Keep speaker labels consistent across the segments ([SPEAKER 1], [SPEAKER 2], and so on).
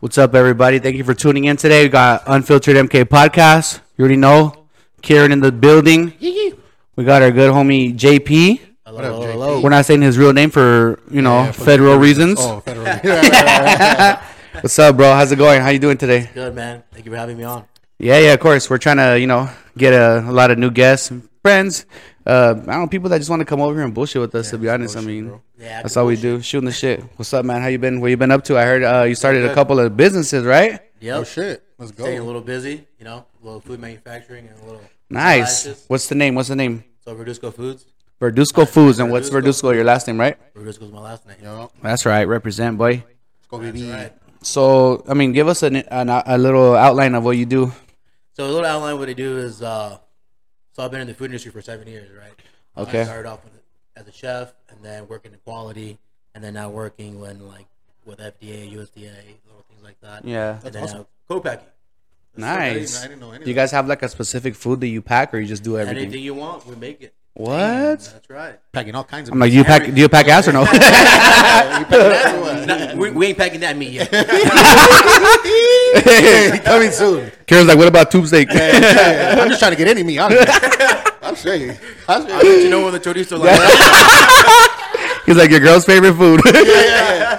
[SPEAKER 1] What's up, everybody? Thank you for tuning in today. We got Unfiltered MK Podcast. You already know. Kieran in the building. We got our good homie JP.
[SPEAKER 2] What up, JP?
[SPEAKER 3] Oh.
[SPEAKER 1] We're not saying his real name for, you know,
[SPEAKER 2] Yeah, for the
[SPEAKER 1] federal
[SPEAKER 2] government.
[SPEAKER 1] reasons.
[SPEAKER 2] Oh, federal. Right, right, right.
[SPEAKER 1] What's up, bro? How's it going? How you doing today?
[SPEAKER 3] Good man. Thank you for having me on.
[SPEAKER 1] Yeah, yeah, of course. We're trying to, you know, get a, a lot of new guests, and friends, uh, I don't know, people that just want to come over here and bullshit with us. to be honest, I mean,
[SPEAKER 3] Yeah, I
[SPEAKER 1] that's
[SPEAKER 3] can
[SPEAKER 1] all we do, shooting the shit. What's up, man? How you been? What you been up to? I heard uh, you started a couple of businesses, right?
[SPEAKER 3] Yep.
[SPEAKER 2] Oh shit, let's
[SPEAKER 3] Staying a
[SPEAKER 2] go.
[SPEAKER 3] little busy, you know, a little food manufacturing and a little
[SPEAKER 1] Nice.
[SPEAKER 3] slices.
[SPEAKER 1] What's the name? What's the name?
[SPEAKER 3] So Verduzco Foods.
[SPEAKER 1] Verduzco Foods, and what's
[SPEAKER 3] Verduzco.
[SPEAKER 1] Verduzco? Your last name, right?
[SPEAKER 3] Verduzco's my last name.
[SPEAKER 2] Yo,
[SPEAKER 1] That's right. Represent, boy.
[SPEAKER 2] let's go, baby.
[SPEAKER 3] Right.
[SPEAKER 1] So, I mean, give us an, an, a little outline of what you do.
[SPEAKER 3] So a little outline of what I do is uh so I've been in the food industry for seven years, right?
[SPEAKER 1] Okay.
[SPEAKER 3] I started off with, as a chef and then working in quality and then now working when like with FDA, USDA, little things like that.
[SPEAKER 1] Yeah.
[SPEAKER 3] and then now co-packing.
[SPEAKER 1] Nice.
[SPEAKER 2] I didn't know any of
[SPEAKER 1] you guys have like a specific food that you pack, or you just do everything?
[SPEAKER 3] Anything you want, we make it.
[SPEAKER 1] What?
[SPEAKER 3] That's right.
[SPEAKER 2] Packing all kinds of.
[SPEAKER 1] I'm like, do you pack? Do you pack ass or no?
[SPEAKER 2] you packing that
[SPEAKER 3] we, we ain't packing that meat yet.
[SPEAKER 2] one. coming soon.
[SPEAKER 1] Karen's like, what about tube steak?
[SPEAKER 2] I'm just trying to get any meat. Honestly. I'll show you. I'll show you.
[SPEAKER 3] you know when the chorizo like that.
[SPEAKER 1] He's like, your girl's favorite food.
[SPEAKER 2] Yeah, yeah,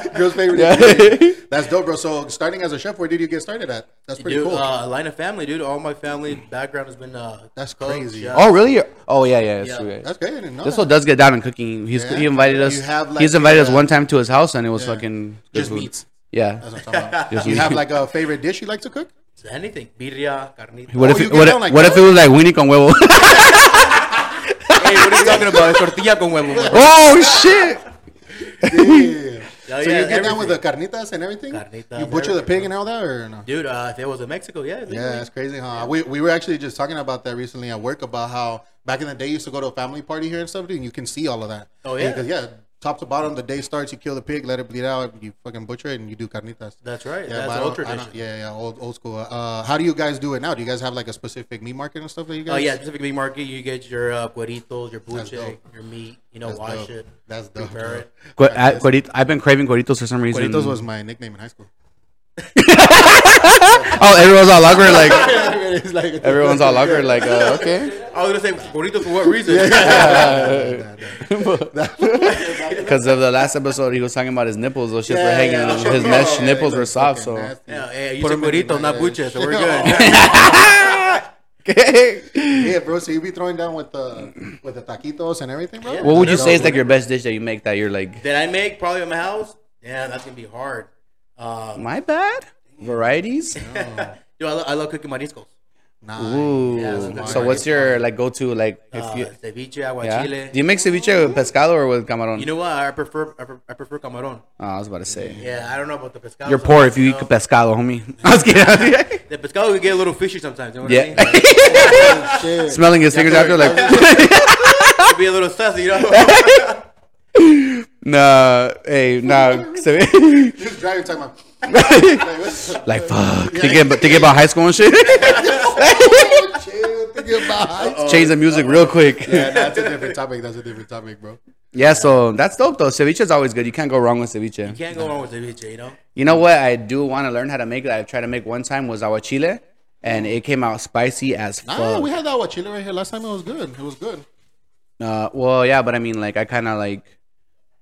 [SPEAKER 2] yeah. Girl's favorite.
[SPEAKER 1] Yeah.
[SPEAKER 2] That's dope, bro. So, starting as a chef, where did you get started at? That's pretty
[SPEAKER 3] Dude,
[SPEAKER 2] cool.
[SPEAKER 3] uh, line of family, dude. All my family background has been uh,
[SPEAKER 2] That's
[SPEAKER 3] cook,
[SPEAKER 2] crazy.
[SPEAKER 3] chef.
[SPEAKER 1] oh, really? Oh, yeah, yeah, that's
[SPEAKER 3] Yeah.
[SPEAKER 1] true. yeah.
[SPEAKER 2] That's good. I didn't know
[SPEAKER 1] This
[SPEAKER 2] that.
[SPEAKER 1] fool does get down in cooking. He's
[SPEAKER 2] Yeah.
[SPEAKER 1] he invited us.
[SPEAKER 2] You have, like,
[SPEAKER 1] he's invited us
[SPEAKER 2] uh,
[SPEAKER 1] one time to his house, and it was fucking good
[SPEAKER 3] Just
[SPEAKER 1] food.
[SPEAKER 3] meats.
[SPEAKER 1] Yeah.
[SPEAKER 2] That's what I'm talking about.
[SPEAKER 1] Just
[SPEAKER 2] you
[SPEAKER 1] meat.
[SPEAKER 2] have like a favorite dish you like to cook?
[SPEAKER 3] So anything. Birria, carnita.
[SPEAKER 1] What
[SPEAKER 2] Oh,
[SPEAKER 1] if
[SPEAKER 2] you
[SPEAKER 1] it,
[SPEAKER 2] get
[SPEAKER 1] what,
[SPEAKER 2] down
[SPEAKER 1] if,
[SPEAKER 2] like
[SPEAKER 1] what if
[SPEAKER 2] that?
[SPEAKER 1] it was like Winnie con huevo?
[SPEAKER 3] hey, what are you talking about? Tortilla con huevo. bro.
[SPEAKER 1] oh shit!
[SPEAKER 3] Yeah,
[SPEAKER 2] So
[SPEAKER 3] yeah,
[SPEAKER 2] you get down
[SPEAKER 3] everything.
[SPEAKER 2] with the carnitas and everything?
[SPEAKER 3] Carnitas,
[SPEAKER 2] you butcher the
[SPEAKER 3] everything,
[SPEAKER 2] pig and all that, or no?
[SPEAKER 3] Dude, uh, if it was in Mexico, yeah. they
[SPEAKER 2] Yeah,
[SPEAKER 3] would.
[SPEAKER 2] that's crazy, huh? We, we were actually just talking about that recently at work about how back in the day you used to go to a family party here and stuff, and you can see all of that.
[SPEAKER 3] Oh, yeah.
[SPEAKER 2] because yeah, top to bottom, the day starts, you kill the pig, let it bleed out, you fucking butcher it, and you do carnitas.
[SPEAKER 3] That's right.
[SPEAKER 2] yeah, but
[SPEAKER 3] That's
[SPEAKER 2] I
[SPEAKER 3] an old
[SPEAKER 2] don't- I don't-
[SPEAKER 3] tradition.
[SPEAKER 2] Yeah, yeah, old old school. Uh, how do you guys do it now? Do you guys have like a specific meat market and stuff that you guys?
[SPEAKER 3] Oh, yeah. Specifically, market, you get your uh, cueritos, your buche,
[SPEAKER 2] dope.
[SPEAKER 3] your meat, you know,
[SPEAKER 2] That's
[SPEAKER 3] wash
[SPEAKER 2] dope.
[SPEAKER 3] it.
[SPEAKER 2] That's dope,
[SPEAKER 3] Prepare
[SPEAKER 2] bro.
[SPEAKER 3] it.
[SPEAKER 1] Gu- I, Guarito- I've been craving guaritos for some reason.
[SPEAKER 2] Burritos was my nickname in high school.
[SPEAKER 1] oh, everyone's all awkward. Like
[SPEAKER 2] It's like-
[SPEAKER 1] everyone's all awkward. Like uh, okay,
[SPEAKER 3] I was going to say cueritos for what reason?
[SPEAKER 1] because of the last episode, he was talking about his nipples. Those shits
[SPEAKER 2] Yeah,
[SPEAKER 1] were hanging.
[SPEAKER 2] yeah,
[SPEAKER 1] on-
[SPEAKER 2] yeah.
[SPEAKER 1] his mesh
[SPEAKER 2] Yeah,
[SPEAKER 1] nipples
[SPEAKER 2] they
[SPEAKER 1] were
[SPEAKER 2] look
[SPEAKER 1] soft.
[SPEAKER 2] fucking
[SPEAKER 1] So
[SPEAKER 2] nasty. Oh,
[SPEAKER 3] yeah, hey, you
[SPEAKER 2] Put
[SPEAKER 3] said
[SPEAKER 2] 'em in
[SPEAKER 3] cueritos,
[SPEAKER 2] the-
[SPEAKER 3] not
[SPEAKER 2] yeah.
[SPEAKER 3] buche, so we're good.
[SPEAKER 2] Yeah, bro. So you be throwing down with the with the taquitos and everything, bro.
[SPEAKER 1] what would you say is like your best dish that you make that you're like?
[SPEAKER 3] that I make probably in my house, yeah, that's gonna be hard. Um,
[SPEAKER 1] My bad. Varieties.
[SPEAKER 2] Oh.
[SPEAKER 3] dude, I, lo- I love cooking mariscos.
[SPEAKER 2] Nah.
[SPEAKER 1] Ooh.
[SPEAKER 3] Yeah, that's a
[SPEAKER 1] so what's your like go to like if
[SPEAKER 3] Uh,
[SPEAKER 1] you
[SPEAKER 3] ceviche, aguachile.
[SPEAKER 1] yeah? Do you make ceviche with pescado or with camarón?
[SPEAKER 3] You know what? I prefer I, pre- I prefer camarón.
[SPEAKER 1] oh, I was about to say.
[SPEAKER 3] Yeah, I don't know about the pescado.
[SPEAKER 1] You're poor
[SPEAKER 3] sometimes,
[SPEAKER 1] if you eat
[SPEAKER 3] know.
[SPEAKER 1] pescado, homie. I was kidding.
[SPEAKER 3] The pescado could get a little fishy sometimes. You know what I mean?
[SPEAKER 1] yeah.
[SPEAKER 3] It
[SPEAKER 2] Shit.
[SPEAKER 1] Smelling his fingers after like
[SPEAKER 3] could be a little sassy, you know.
[SPEAKER 1] nah, hey, nah.
[SPEAKER 2] You're just driving talking about. Like, what's up?
[SPEAKER 1] like fuck. Thinking about, thinking about high school and shit.
[SPEAKER 2] Chill, thinking about heights.
[SPEAKER 1] Change the music real quick.
[SPEAKER 2] Yeah, that's a different topic. That's a different topic, bro.
[SPEAKER 1] Yeah, so that's dope though. Ceviche is always good. You can't go wrong with ceviche.
[SPEAKER 3] Can't go wrong with ceviche, you know.
[SPEAKER 1] You know what I do want to learn how to make that I tried to make one time was aguachile, and it came out spicy as fuck.
[SPEAKER 2] Nah, Ah, we had that what chili right here last time. It was good. It was good.
[SPEAKER 1] uh, well, yeah, but I mean, like I kind of like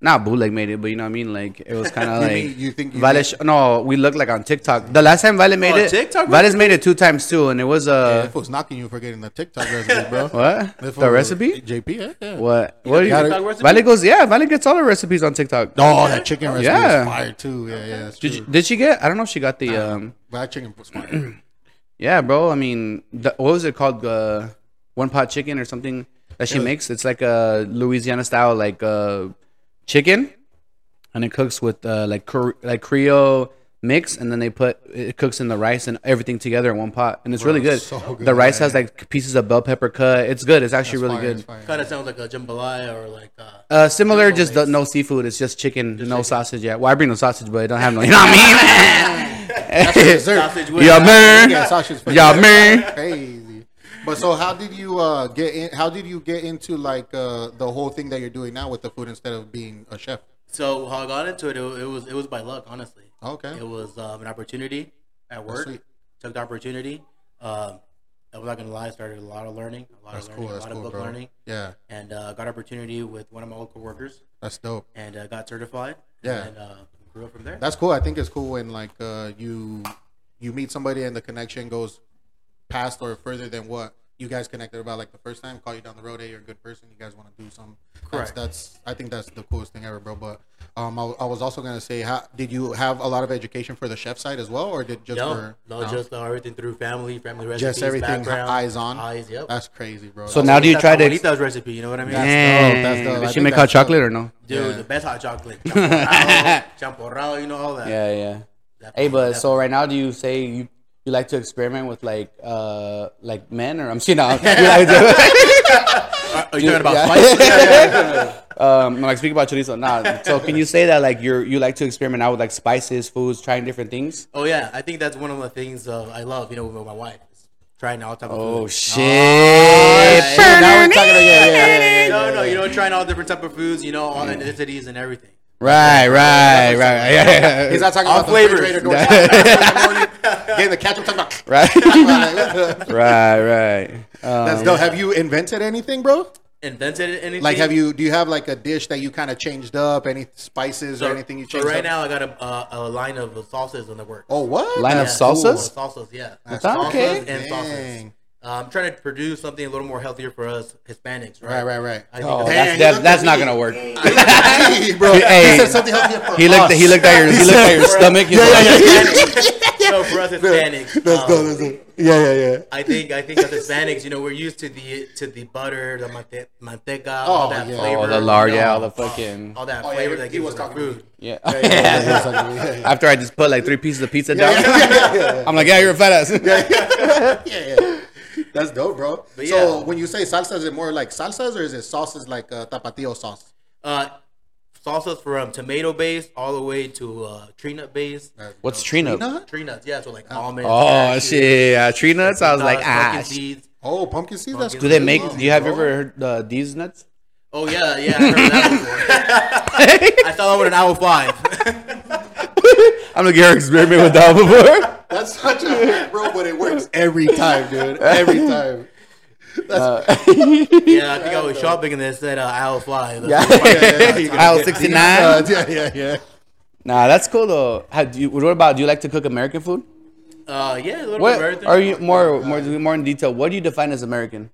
[SPEAKER 1] not bootleg made it, but you know what I mean. Like it was kind of
[SPEAKER 2] You
[SPEAKER 1] like
[SPEAKER 2] mean- you think- you
[SPEAKER 1] Vale?
[SPEAKER 2] think-
[SPEAKER 1] sh- no, we looked like on TikTok. The last time Vale made
[SPEAKER 3] Oh,
[SPEAKER 1] it,
[SPEAKER 3] TikTok?
[SPEAKER 1] Vale's made it two times too, and it was
[SPEAKER 2] That
[SPEAKER 1] uh
[SPEAKER 2] fool's knocking you for getting the TikTok recipe, bro.
[SPEAKER 1] what
[SPEAKER 2] That
[SPEAKER 1] the
[SPEAKER 2] fool-
[SPEAKER 1] recipe?
[SPEAKER 2] JP, yeah. yeah.
[SPEAKER 1] What? What? do you-
[SPEAKER 2] TikTok
[SPEAKER 3] recipe?
[SPEAKER 1] Vale goes, yeah. Vale gets all the recipes on TikTok.
[SPEAKER 2] Oh, that chicken recipe
[SPEAKER 1] Yeah.
[SPEAKER 2] was fire too. Yeah, yeah. That's
[SPEAKER 1] Did,
[SPEAKER 2] true.
[SPEAKER 1] you- did she get? I don't know if she got the um.
[SPEAKER 2] Black chicken was fire.
[SPEAKER 1] Yeah, bro. I mean, the, what was it called? Uh, one pot chicken or something that she makes. It's like a Louisiana style like uh, chicken, and it cooks with uh, like Cor- like Creole mix, and then they put it cooks in the rice and everything together in one pot, and it's really good.
[SPEAKER 2] so good,
[SPEAKER 1] The rice
[SPEAKER 2] yeah,
[SPEAKER 1] has like pieces of bell pepper cut. It's good. It's actually really
[SPEAKER 2] Fire,
[SPEAKER 1] good.
[SPEAKER 2] fire.
[SPEAKER 3] Kind of sounds like a jambalaya or like uh,
[SPEAKER 1] Uh, similar, just the, no seafood. It's just chicken, no sausage. Yeah, well, I bring no sausage, but it don't have no. You know what I mean?
[SPEAKER 3] sausage with.
[SPEAKER 1] yeah, man.
[SPEAKER 2] Yeah, sausage. fries.
[SPEAKER 1] Yeah, man.
[SPEAKER 2] crazy. But so, how did you uh, get in? How did you get into like uh, the whole thing that you're doing now with the food instead of being a chef?
[SPEAKER 3] So how I got into it, it, it was it was by luck, honestly.
[SPEAKER 2] Okay.
[SPEAKER 3] It was um, an opportunity at work.
[SPEAKER 2] sweet.
[SPEAKER 3] Took the opportunity. Um, I'm not gonna lie, started a lot of learning, a lot
[SPEAKER 2] That's
[SPEAKER 3] of
[SPEAKER 2] cool.
[SPEAKER 3] learning, a
[SPEAKER 2] That's
[SPEAKER 3] lot
[SPEAKER 2] cool,
[SPEAKER 3] of book
[SPEAKER 2] bro.
[SPEAKER 3] learning,
[SPEAKER 2] Yeah.
[SPEAKER 3] and uh, got opportunity with one of my old coworkers,
[SPEAKER 2] That's dope.
[SPEAKER 3] and uh, got certified.
[SPEAKER 2] Yeah.
[SPEAKER 3] and uh, grew up from there.
[SPEAKER 2] That's cool. I think it's cool when like uh, you you meet somebody and the connection goes past or further than what you guys connected about. Like the first time, call you down the road, hey, you're a good person. You guys want to do something. That's,
[SPEAKER 3] Correct.
[SPEAKER 2] that's I think that's the coolest thing ever, bro. But um, I, I was also gonna say, how, did you have a lot of education for the chef side as well, or did just
[SPEAKER 3] no,
[SPEAKER 2] for
[SPEAKER 3] no, just uh, everything through family, family recipes,
[SPEAKER 2] just everything
[SPEAKER 3] background,
[SPEAKER 2] eyes on? Uh,
[SPEAKER 3] eyes. Yep.
[SPEAKER 2] That's crazy, bro.
[SPEAKER 1] So
[SPEAKER 2] That's-
[SPEAKER 1] now do you
[SPEAKER 3] That's
[SPEAKER 1] try to-
[SPEAKER 3] Abuelita's recipe. You know what I mean?
[SPEAKER 1] Dang.
[SPEAKER 2] dope, that's dope. I
[SPEAKER 1] Did she
[SPEAKER 2] think
[SPEAKER 1] make hot
[SPEAKER 2] that's dope.
[SPEAKER 1] chocolate or no?
[SPEAKER 3] Dude,
[SPEAKER 2] Yeah.
[SPEAKER 3] the best hot chocolate, champorrao, champorrao, you know all that.
[SPEAKER 1] Yeah, yeah.
[SPEAKER 3] Definitely,
[SPEAKER 1] Hey, but
[SPEAKER 3] definitely.
[SPEAKER 1] so right now, do you say you you like to experiment with like uh like men or I'm seeing now. You like to-
[SPEAKER 3] Are- are you talking about
[SPEAKER 1] Yeah.
[SPEAKER 3] spice?
[SPEAKER 1] um, like speak about chorizo. Nah. So can you say that like you're you like to experiment out with like spices, foods, trying different things?
[SPEAKER 3] Oh yeah, I think that's one of the things uh, I love. You know, with my wife, is trying all type of
[SPEAKER 1] Oh
[SPEAKER 3] food.
[SPEAKER 1] shit! Oh,
[SPEAKER 3] yeah, yeah,
[SPEAKER 1] Now we're talking- yeah, yeah, yeah, yeah, yeah.
[SPEAKER 3] no, no, you know, trying all different type of foods. You know, all ethnicities and everything.
[SPEAKER 1] Right, right, right. Yeah,
[SPEAKER 2] He's
[SPEAKER 1] yeah.
[SPEAKER 2] not talking
[SPEAKER 3] All
[SPEAKER 2] about
[SPEAKER 3] flavors.
[SPEAKER 2] the refrigerator door. Getting the ketchup, talking about.
[SPEAKER 1] Right,
[SPEAKER 2] Like, what the-
[SPEAKER 1] right, right. Uh,
[SPEAKER 2] That's dope. Have you invented anything, bro?
[SPEAKER 3] Invented anything?
[SPEAKER 2] Like, have you? Do you have like a dish that you kind of changed up? Any spices or anything you
[SPEAKER 3] So
[SPEAKER 2] changed?
[SPEAKER 3] right
[SPEAKER 2] up?
[SPEAKER 3] now, I got a, uh, a line of salsas on the work.
[SPEAKER 2] Oh, what?
[SPEAKER 1] Line of
[SPEAKER 2] That's
[SPEAKER 1] salsas?
[SPEAKER 2] cool.
[SPEAKER 1] Salsas?
[SPEAKER 3] salsas, yeah.
[SPEAKER 2] That's
[SPEAKER 1] Salsas okay.
[SPEAKER 3] and
[SPEAKER 2] Dang.
[SPEAKER 3] sauces. Uh, I'm trying to produce something a little more healthier for us Hispanics, right?
[SPEAKER 2] Right, right, right.
[SPEAKER 3] I think
[SPEAKER 1] Oh, that's
[SPEAKER 3] that's-
[SPEAKER 2] Dang,
[SPEAKER 1] that,
[SPEAKER 2] look
[SPEAKER 1] that's
[SPEAKER 2] at
[SPEAKER 1] not
[SPEAKER 2] me.
[SPEAKER 1] gonna work.
[SPEAKER 2] hey, bro.
[SPEAKER 1] Hey.
[SPEAKER 2] He said something healthier for
[SPEAKER 1] He looked.
[SPEAKER 2] us.
[SPEAKER 1] He looked at your. He looked at your stomach. He's like,
[SPEAKER 3] no, for us Hispanics. um,
[SPEAKER 2] Yeah, yeah, yeah.
[SPEAKER 3] I think I think as Hispanics, you know, we're used to the to the butter, the mante- manteca, all
[SPEAKER 2] Oh,
[SPEAKER 3] that
[SPEAKER 2] yeah.
[SPEAKER 3] flavor,
[SPEAKER 1] Oh, the lard,
[SPEAKER 3] you know,
[SPEAKER 1] yeah, all the fucking-
[SPEAKER 3] all that
[SPEAKER 2] Oh, yeah,
[SPEAKER 3] flavor
[SPEAKER 2] he-
[SPEAKER 3] that
[SPEAKER 2] he
[SPEAKER 3] gives
[SPEAKER 2] was
[SPEAKER 3] us the
[SPEAKER 2] talking to
[SPEAKER 3] food.
[SPEAKER 1] yeah.
[SPEAKER 2] Yeah, yeah, yeah.
[SPEAKER 1] After I just put like three pieces of pizza down,
[SPEAKER 2] yeah, yeah,
[SPEAKER 1] I'm like, yeah, you're a fat ass.
[SPEAKER 2] yeah, yeah. That's dope, bro.
[SPEAKER 3] But
[SPEAKER 2] So
[SPEAKER 3] yeah.
[SPEAKER 2] when you say salsas, is it more like salsas or is it sauces like uh, tapatio sauce?
[SPEAKER 3] Uh, salsas from tomato based all the way to uh, tree nut based.
[SPEAKER 1] What's tree nut?
[SPEAKER 2] Peanut?
[SPEAKER 3] Tree nuts, yeah, so like almonds.
[SPEAKER 1] Oh
[SPEAKER 3] cashews, uh,
[SPEAKER 1] shit, yeah, tree nuts. I was like,
[SPEAKER 3] pumpkin
[SPEAKER 1] ah. sh-
[SPEAKER 3] seeds.
[SPEAKER 2] Oh, pumpkin seeds. That's
[SPEAKER 1] Do
[SPEAKER 2] cool.
[SPEAKER 1] they make?
[SPEAKER 2] Love,
[SPEAKER 1] Do you have you
[SPEAKER 2] bro.
[SPEAKER 1] ever heard uh, these nuts?
[SPEAKER 3] Oh yeah, yeah. I, heard that before. I saw that one in hour five.
[SPEAKER 1] I'm like, you ever experiment with that before?
[SPEAKER 2] That's such a hack, bro, but it works every time, dude. Every time.
[SPEAKER 3] yeah, I think I was shopping and they said uh, aisle five.
[SPEAKER 1] Aisle 69.
[SPEAKER 2] Uh, yeah, yeah, yeah.
[SPEAKER 1] Nah, that's cool though. How do you, what about? Do you like to cook American food?
[SPEAKER 3] Uh, yeah, a little bit of
[SPEAKER 1] What
[SPEAKER 3] everything.
[SPEAKER 1] are you more more more in detail? What do you define as American?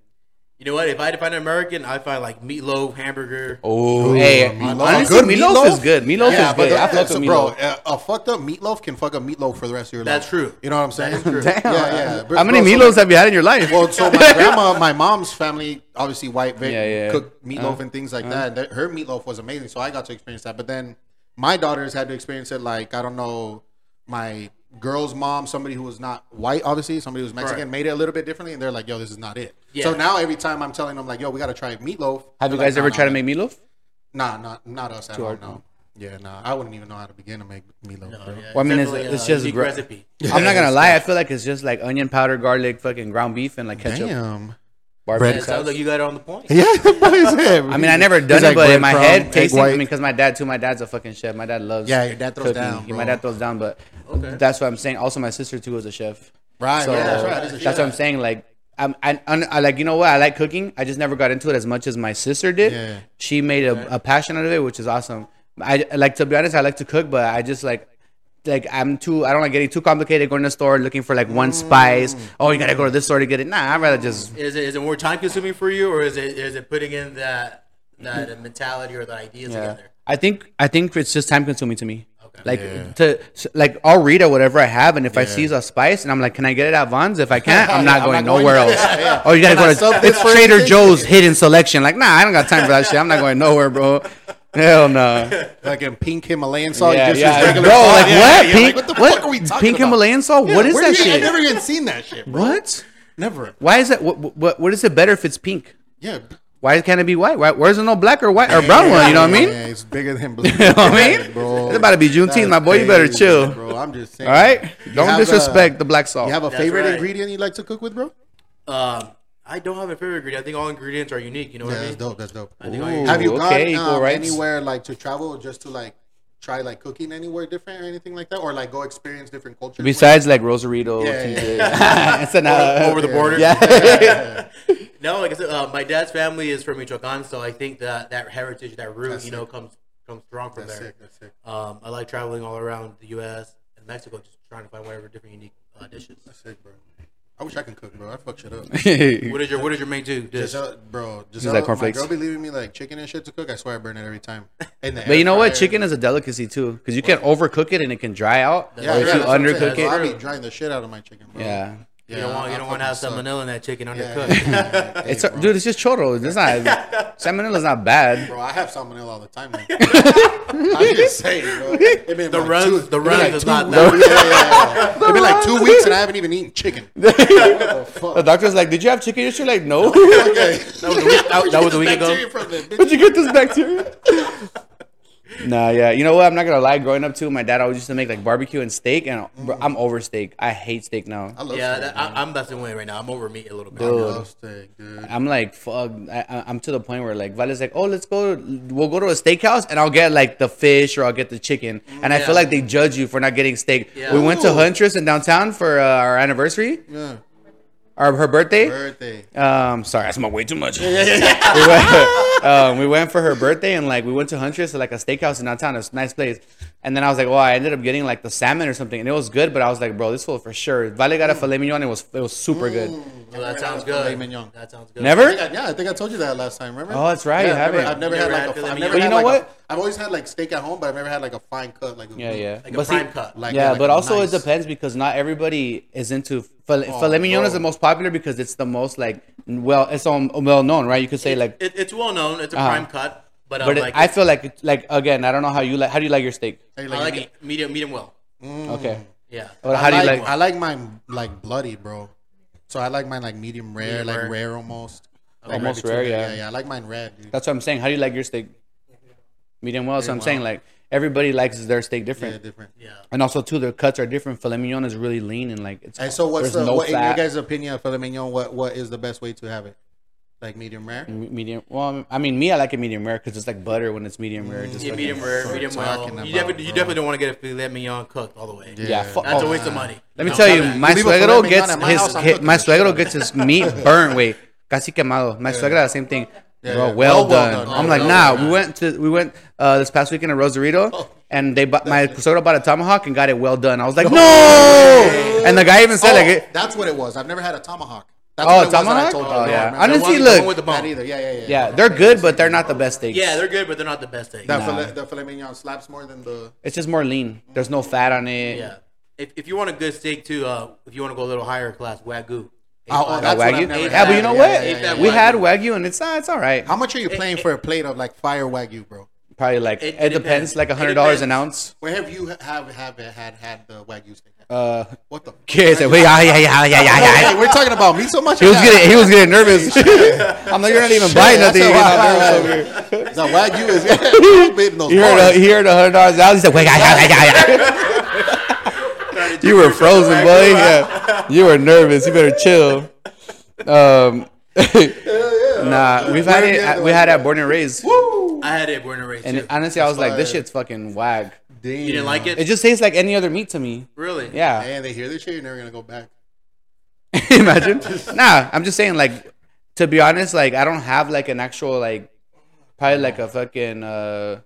[SPEAKER 3] You know what? If I define American, I find like meatloaf, hamburger. Uh,
[SPEAKER 1] Oh, hey,
[SPEAKER 2] meatloaf.
[SPEAKER 1] honestly,
[SPEAKER 2] Good
[SPEAKER 1] meatloaf,
[SPEAKER 2] meatloaf?
[SPEAKER 1] is good. Meatloaf
[SPEAKER 2] Yeah,
[SPEAKER 1] is good.
[SPEAKER 2] but the,
[SPEAKER 1] I fuck
[SPEAKER 2] so,
[SPEAKER 1] with
[SPEAKER 2] bro,
[SPEAKER 1] meatloaf.
[SPEAKER 2] uh, a fucked up meatloaf can fuck up meatloaf for the rest of your
[SPEAKER 3] That's
[SPEAKER 2] life.
[SPEAKER 3] true.
[SPEAKER 2] You know what I'm
[SPEAKER 3] That
[SPEAKER 2] saying?
[SPEAKER 3] is true.
[SPEAKER 1] Damn.
[SPEAKER 2] Yeah, yeah. Bro,
[SPEAKER 1] How many
[SPEAKER 2] bro, so
[SPEAKER 1] meatloaves
[SPEAKER 2] like-
[SPEAKER 1] have you had in your life?
[SPEAKER 2] Well, Oh, so my grandma, my mom's family, obviously white, Vic,
[SPEAKER 1] Yeah, yeah.
[SPEAKER 2] cooked meatloaf and things like that. that. Her meatloaf was amazing, so I got to experience that. But then my daughters had to experience it. Like I don't know, my girl's mom, somebody who was not white, obviously somebody who was Mexican,
[SPEAKER 3] Right.
[SPEAKER 2] made it a little bit differently, and they're like, "Yo, this is not it." So
[SPEAKER 3] Yeah.
[SPEAKER 2] now every time I'm telling them like, "Yo, we got to try
[SPEAKER 1] have
[SPEAKER 2] meatloaf,"
[SPEAKER 1] you
[SPEAKER 2] they're like,
[SPEAKER 1] guys ever
[SPEAKER 2] "Nah,
[SPEAKER 1] tried to
[SPEAKER 2] nah,
[SPEAKER 1] make meatloaf?
[SPEAKER 2] Nah, not not us at all.
[SPEAKER 1] hard?
[SPEAKER 2] No. Yeah, nah. I wouldn't even know how to begin to make meatloaf. bro.
[SPEAKER 3] Yeah,
[SPEAKER 1] Well, I mean, it's-
[SPEAKER 3] definitely,
[SPEAKER 1] it's
[SPEAKER 3] uh,
[SPEAKER 1] just
[SPEAKER 3] unique
[SPEAKER 1] gra-
[SPEAKER 3] recipe.
[SPEAKER 1] I'm not gonna lie. I feel like it's just like onion powder, garlic, fucking ground beef, and like ketchup.
[SPEAKER 2] Damn.
[SPEAKER 1] Barbecue
[SPEAKER 3] It sounds
[SPEAKER 1] sauce.
[SPEAKER 3] like you got it on the point.
[SPEAKER 2] Yeah, what is it?
[SPEAKER 1] I mean, I never done
[SPEAKER 2] It's
[SPEAKER 1] it,
[SPEAKER 2] like
[SPEAKER 1] but in my
[SPEAKER 2] breadcrumb,
[SPEAKER 1] head,
[SPEAKER 2] egg
[SPEAKER 1] tasting. I
[SPEAKER 2] white.
[SPEAKER 1] mean, because my dad too. My dad's a fucking chef. My dad loves.
[SPEAKER 2] Yeah, your dad throws
[SPEAKER 1] cooking.
[SPEAKER 2] down,
[SPEAKER 1] He-
[SPEAKER 2] bro.
[SPEAKER 1] My dad throws down, but that's what I'm saying. Also, my sister too was a chef.
[SPEAKER 2] Right,
[SPEAKER 1] So
[SPEAKER 2] right, that's
[SPEAKER 1] that's,
[SPEAKER 2] right. That's
[SPEAKER 1] what
[SPEAKER 2] a
[SPEAKER 1] I'm
[SPEAKER 2] chef.
[SPEAKER 1] saying. Like, I'm, I, I, I like you know what I like cooking. I just never got into it as much as my sister did.
[SPEAKER 2] Yeah.
[SPEAKER 1] She made a, a passion out of it, which is awesome. I like to be honest. I like to cook, but I just like. Like I'm too, I don't like getting too complicated. Going to the store looking for like one
[SPEAKER 2] Mm.
[SPEAKER 1] spice. Oh, you gotta go to this store to get it. Nah, I'd rather just.
[SPEAKER 3] Is it, is it more time consuming for you, or is it is it putting in that that mentality or the ideas
[SPEAKER 1] Yeah.
[SPEAKER 3] together?
[SPEAKER 1] I think I think it's just time consuming to me.
[SPEAKER 3] Okay.
[SPEAKER 1] Like to s- like I'll read or whatever I have, and if I see a spice and I'm like, can I get it at Vons? If I can't, I'm not
[SPEAKER 2] I'm
[SPEAKER 1] going
[SPEAKER 2] not going
[SPEAKER 1] nowhere
[SPEAKER 2] there.
[SPEAKER 1] else.
[SPEAKER 2] Yeah, yeah.
[SPEAKER 1] Oh, you gotta
[SPEAKER 2] Can I
[SPEAKER 1] go
[SPEAKER 2] sub
[SPEAKER 1] to
[SPEAKER 2] this
[SPEAKER 1] it's
[SPEAKER 2] for
[SPEAKER 1] Trader
[SPEAKER 2] anything?
[SPEAKER 1] Joe's hidden selection. Like, nah, I don't got time for that shit. I'm not going nowhere, bro. Hell no.
[SPEAKER 2] Like in pink Himalayan salt,
[SPEAKER 1] Yeah,
[SPEAKER 2] Oh, just
[SPEAKER 1] yeah.
[SPEAKER 2] use regular
[SPEAKER 1] Bro,
[SPEAKER 2] salt.
[SPEAKER 1] like,
[SPEAKER 2] Yeah,
[SPEAKER 1] what?
[SPEAKER 2] yeah,
[SPEAKER 1] Pink-
[SPEAKER 2] like, what the
[SPEAKER 1] what?
[SPEAKER 2] fuck are we talking
[SPEAKER 1] Pink
[SPEAKER 2] about?
[SPEAKER 1] Himalayan salt? What is
[SPEAKER 2] where
[SPEAKER 1] that
[SPEAKER 2] do you-
[SPEAKER 1] shit?
[SPEAKER 2] I've never even seen that shit. Bro.
[SPEAKER 1] What?
[SPEAKER 2] Never.
[SPEAKER 1] Why is that? What, what? What is it better if it's pink?
[SPEAKER 2] Yeah.
[SPEAKER 1] Why can't it be white? Why? Where's there no black or white or brown one? You know what I mean?
[SPEAKER 2] Yeah, it's bigger than blue. you
[SPEAKER 1] know what I mean? It's about to be Juneteenth, my boy. You better chill.
[SPEAKER 2] Bro, I'm just saying.
[SPEAKER 1] All right.
[SPEAKER 2] You
[SPEAKER 1] Don't
[SPEAKER 2] have a-
[SPEAKER 1] disrespect the black salt.
[SPEAKER 2] You have a
[SPEAKER 3] That's
[SPEAKER 2] favorite
[SPEAKER 3] right.
[SPEAKER 2] ingredient you like to cook with, bro?
[SPEAKER 3] Um, I don't have a favorite ingredient. I think all ingredients are unique. You know what
[SPEAKER 2] Yeah,
[SPEAKER 3] I
[SPEAKER 2] that's
[SPEAKER 3] mean?
[SPEAKER 2] dope. That's dope.
[SPEAKER 3] think I-
[SPEAKER 1] Ooh,
[SPEAKER 2] have you gone
[SPEAKER 1] okay, equal
[SPEAKER 2] um,
[SPEAKER 1] rights.
[SPEAKER 2] anywhere like to travel just to like try like cooking anywhere different or anything like that, or like go experience different cultures?
[SPEAKER 1] Besides like Rosarito,
[SPEAKER 2] Yeah, yeah,
[SPEAKER 1] TJ.
[SPEAKER 2] yeah.
[SPEAKER 1] It's an, uh,
[SPEAKER 4] Over the border?
[SPEAKER 1] Yeah.
[SPEAKER 2] Yeah.
[SPEAKER 3] No, like I said, uh, my dad's family is from Michoacan, so I think that that heritage, that root,
[SPEAKER 2] That's
[SPEAKER 3] you know,
[SPEAKER 2] sick.
[SPEAKER 3] comes comes strong from
[SPEAKER 2] That's
[SPEAKER 3] there.
[SPEAKER 2] sick. That's sick.
[SPEAKER 3] Um, I like traveling all around the U.S. and Mexico, just trying to find whatever different unique uh, dishes.
[SPEAKER 2] That's sick, bro. I wish I could cook, bro. I fuck shit up.
[SPEAKER 3] What is your What is your main two dish?
[SPEAKER 2] Giselle, bro,
[SPEAKER 1] like
[SPEAKER 2] Giselle, my
[SPEAKER 1] cornflakes.
[SPEAKER 2] girl be leaving me like chicken and shit to cook. I swear I burn it every time. In the
[SPEAKER 1] but you know what?
[SPEAKER 2] air fryer.
[SPEAKER 1] Chicken is a delicacy too, because you can overcook it and it can dry out.
[SPEAKER 2] Yeah,
[SPEAKER 1] or
[SPEAKER 2] yeah,
[SPEAKER 1] if you
[SPEAKER 2] that's what I'm saying.
[SPEAKER 1] undercook
[SPEAKER 2] That's why
[SPEAKER 1] it,
[SPEAKER 2] I be drying the shit out of my chicken, bro.
[SPEAKER 1] yeah.
[SPEAKER 3] you don't want You
[SPEAKER 2] I
[SPEAKER 3] don't want to have
[SPEAKER 2] fucking suck.
[SPEAKER 3] salmonella in that chicken
[SPEAKER 2] Yeah,
[SPEAKER 3] undercooked.
[SPEAKER 2] yeah, yeah.
[SPEAKER 1] It's
[SPEAKER 2] Hey, bro.
[SPEAKER 1] dude, it's just chorro. It's not salmonella's not bad.
[SPEAKER 2] Bro, I have salmonella all the time. man. I'm just saying, bro. It been
[SPEAKER 3] The
[SPEAKER 2] like
[SPEAKER 3] runs-
[SPEAKER 2] two-
[SPEAKER 3] the
[SPEAKER 2] it been
[SPEAKER 3] runs
[SPEAKER 2] like
[SPEAKER 3] is
[SPEAKER 2] two
[SPEAKER 3] not
[SPEAKER 2] weeks-
[SPEAKER 3] that-
[SPEAKER 2] Yeah, yeah, yeah. It's been like two weeks and I haven't even eaten chicken. What the fuck?
[SPEAKER 1] The doctor's like, "Did you have chicken?" You're like, "No."
[SPEAKER 2] Okay.
[SPEAKER 3] that was a week, that, that was a week ago.
[SPEAKER 2] Bacteria from that bitch.
[SPEAKER 1] Where'd you get this bacteria? nah, yeah. You know what? I'm not gonna lie. Growing up too, my dad always used to make like barbecue and steak, and bro, I'm over steak. I hate steak now.
[SPEAKER 2] I love
[SPEAKER 3] Yeah,
[SPEAKER 2] steak,
[SPEAKER 3] that,
[SPEAKER 2] man.
[SPEAKER 3] I, I'm that's the way right now. I'm over meat a little bit.
[SPEAKER 2] I
[SPEAKER 1] Dude.
[SPEAKER 2] love steak, dude.
[SPEAKER 1] I'm like, fuck. I, I- I'm to the point where like Vale's like, oh, let's go. We'll go to a steakhouse, and I'll get like the fish or I'll get the chicken, and I
[SPEAKER 3] Yeah.
[SPEAKER 1] feel like they judge you for not getting steak.
[SPEAKER 3] Yeah.
[SPEAKER 1] We went to
[SPEAKER 2] Ooh.
[SPEAKER 1] Huntress in downtown for uh, our anniversary,
[SPEAKER 2] Yeah.
[SPEAKER 1] or her birthday.
[SPEAKER 2] Birthday.
[SPEAKER 1] Um, sorry, I smoked way too much. we, went, um, we went for her birthday and like we went to Huntress to like a steakhouse in downtown. It was a nice place. And then I was like, well, I ended up getting like the salmon or something, and it was good. But I was like, bro, this will for sure. Vale got a filet mignon. It was it was super good.
[SPEAKER 3] Well, that sounds
[SPEAKER 2] Filet
[SPEAKER 3] good.
[SPEAKER 2] mignon.
[SPEAKER 3] That sounds good.
[SPEAKER 2] I
[SPEAKER 1] Never?
[SPEAKER 2] think I- yeah, I think I told you that last time. Remember?
[SPEAKER 1] Oh, that's right.
[SPEAKER 2] Yeah,
[SPEAKER 1] you
[SPEAKER 2] I've
[SPEAKER 1] haven't.
[SPEAKER 2] never, I've never
[SPEAKER 3] You never
[SPEAKER 2] had
[SPEAKER 3] had
[SPEAKER 2] like a.
[SPEAKER 3] filet
[SPEAKER 2] I've
[SPEAKER 3] mignon?
[SPEAKER 2] never
[SPEAKER 3] But
[SPEAKER 1] you
[SPEAKER 2] had
[SPEAKER 1] know
[SPEAKER 2] like a-
[SPEAKER 1] what?
[SPEAKER 2] I've always had like steak at home, but I've never had like a fine cut, like a
[SPEAKER 1] yeah, yeah.
[SPEAKER 3] Like a
[SPEAKER 1] But see-
[SPEAKER 3] prime cut.
[SPEAKER 2] like
[SPEAKER 1] yeah,
[SPEAKER 2] like
[SPEAKER 1] but
[SPEAKER 2] a
[SPEAKER 1] also
[SPEAKER 2] nice-
[SPEAKER 1] it depends because not everybody is into filet,
[SPEAKER 2] Oh,
[SPEAKER 1] filet mignon is
[SPEAKER 2] bro.
[SPEAKER 1] the most popular because it's the most like well, it's um, well known, right? You could say like,
[SPEAKER 3] It, it's well known. It's a
[SPEAKER 1] Uh-huh.
[SPEAKER 3] prime cut, but, um,
[SPEAKER 1] but it,
[SPEAKER 3] like,
[SPEAKER 1] I feel like it's- like again, I don't know how you like. How do you like your steak?
[SPEAKER 2] Hey,
[SPEAKER 3] I like
[SPEAKER 2] me-
[SPEAKER 3] it medium medium well.
[SPEAKER 1] Okay.
[SPEAKER 3] Yeah.
[SPEAKER 1] But
[SPEAKER 2] Mm. I
[SPEAKER 1] how do you
[SPEAKER 2] like,
[SPEAKER 1] like?
[SPEAKER 2] I like mine like bloody, bro. So I like mine like medium rare,
[SPEAKER 3] Medium
[SPEAKER 2] like
[SPEAKER 3] rare.
[SPEAKER 2] rare, almost. Like,
[SPEAKER 1] Almost
[SPEAKER 2] right
[SPEAKER 1] rare,
[SPEAKER 2] between-
[SPEAKER 1] yeah.
[SPEAKER 2] yeah. I like mine red, dude.
[SPEAKER 1] That's what I'm saying. How do you like your steak? Medium well. So I'm saying like everybody likes their steak
[SPEAKER 2] yeah,
[SPEAKER 1] different,
[SPEAKER 2] different.
[SPEAKER 3] Yeah.
[SPEAKER 1] and also too their cuts are different. Filet mignon is really lean and like it's.
[SPEAKER 2] And so, what's
[SPEAKER 1] there's
[SPEAKER 2] the
[SPEAKER 1] no
[SPEAKER 2] what, in your
[SPEAKER 1] fat.
[SPEAKER 2] guys' opinion, filet mignon? What what is the best way to have it? Like medium rare.
[SPEAKER 1] Me- medium? Well, I mean, me, I like it medium rare because it's like butter when it's medium rare. Just
[SPEAKER 3] Yeah,
[SPEAKER 1] fucking-
[SPEAKER 3] medium rare, medium well.
[SPEAKER 2] talking
[SPEAKER 3] You
[SPEAKER 2] about,
[SPEAKER 3] definitely, you
[SPEAKER 2] bro.
[SPEAKER 3] definitely don't want to get a filet mignon cooked all the way.
[SPEAKER 1] Yeah, fuck
[SPEAKER 3] That's
[SPEAKER 1] off.
[SPEAKER 3] a waste of money.
[SPEAKER 1] Let me
[SPEAKER 3] No,
[SPEAKER 1] tell
[SPEAKER 3] fuck
[SPEAKER 1] you,
[SPEAKER 3] that.
[SPEAKER 1] my
[SPEAKER 2] You leave a filet
[SPEAKER 1] suegro
[SPEAKER 2] mignon
[SPEAKER 1] gets
[SPEAKER 2] at my
[SPEAKER 1] his,
[SPEAKER 2] house, I'm
[SPEAKER 1] his-
[SPEAKER 2] cooking
[SPEAKER 1] my
[SPEAKER 2] the shit out
[SPEAKER 1] suegro
[SPEAKER 2] of
[SPEAKER 1] gets his meat burnt. Wait, casi quemado. My suegra, same thing. Bro,
[SPEAKER 2] yeah.
[SPEAKER 1] well,
[SPEAKER 2] Well, well
[SPEAKER 1] done.
[SPEAKER 2] done.
[SPEAKER 1] I'm
[SPEAKER 2] Oh,
[SPEAKER 1] like,
[SPEAKER 2] well
[SPEAKER 1] nah.
[SPEAKER 2] done.
[SPEAKER 1] We went to we went uh, this past weekend to Rosarito, and they bought, my suegra bought a tomahawk and got it well done. I was like, no. And the guy even said
[SPEAKER 2] Oh,
[SPEAKER 1] like, it,
[SPEAKER 2] that's what it was. I've never had a tomahawk. That's
[SPEAKER 1] Oh,
[SPEAKER 2] what it was that I
[SPEAKER 1] tomahawk?
[SPEAKER 2] told you.
[SPEAKER 1] Oh,
[SPEAKER 2] No,
[SPEAKER 1] yeah.
[SPEAKER 2] I remember.
[SPEAKER 1] Honestly,
[SPEAKER 2] The one-
[SPEAKER 1] look-
[SPEAKER 2] the one with the bone. That either. Yeah, yeah, yeah.
[SPEAKER 1] yeah, they're good, but they're not the best steaks.
[SPEAKER 3] Yeah, they're good, but they're not the best steak.
[SPEAKER 2] That filet, the filet mignon slaps more than the.
[SPEAKER 1] it's just more lean. There's no fat on it.
[SPEAKER 3] Yeah. If, if you want a good steak too, uh, if you want to go a little higher class, wagyu.
[SPEAKER 2] Oh, oh, that's what I've
[SPEAKER 1] Wagyu.
[SPEAKER 2] never
[SPEAKER 1] Yeah, but
[SPEAKER 2] had.
[SPEAKER 1] you know
[SPEAKER 2] Yeah,
[SPEAKER 1] what?
[SPEAKER 2] yeah, yeah, yeah,
[SPEAKER 1] we
[SPEAKER 3] yeah.
[SPEAKER 1] had wagyu, and it's uh, it's all right.
[SPEAKER 2] How much are you playing for a plate of like fire wagyu, bro?
[SPEAKER 1] Probably like it,
[SPEAKER 3] It- it depends.
[SPEAKER 1] depends, like
[SPEAKER 3] It
[SPEAKER 1] a hundred dollars an
[SPEAKER 3] depends.
[SPEAKER 1] ounce.
[SPEAKER 2] Where have you have have had had the wagyu steak?
[SPEAKER 1] Uh,
[SPEAKER 2] What the?
[SPEAKER 1] kids, yeah, yeah, yeah, yeah, yeah, yeah, yeah.
[SPEAKER 2] Hey, we're talking about me so much.
[SPEAKER 1] He was getting he was getting nervous. I'm like, you're not even buying nothing. You're getting all nervous over here.
[SPEAKER 2] The wagyu is I've been in those
[SPEAKER 1] He heard a,
[SPEAKER 2] bars.
[SPEAKER 1] he heard a hundred dollars out. He's like, wait, yeah, yeah, yeah, yeah. you were frozen, boy. Yeah, you were nervous. You better chill. Um, nah, we've had it. at- We had it at born and raised,
[SPEAKER 3] I had it born and raised
[SPEAKER 1] and
[SPEAKER 3] too.
[SPEAKER 1] honestly, I was like, this
[SPEAKER 2] fire.
[SPEAKER 1] shit's fucking whack.
[SPEAKER 2] Damn.
[SPEAKER 3] you didn't like it?
[SPEAKER 1] It just tastes like any other meat to me.
[SPEAKER 3] really?
[SPEAKER 1] Yeah.
[SPEAKER 2] Man, they hear this shit. You're never gonna go back.
[SPEAKER 1] Imagine. Nah, I'm just saying, like, to be honest, like, I don't have like an actual like, probably like a fucking uh,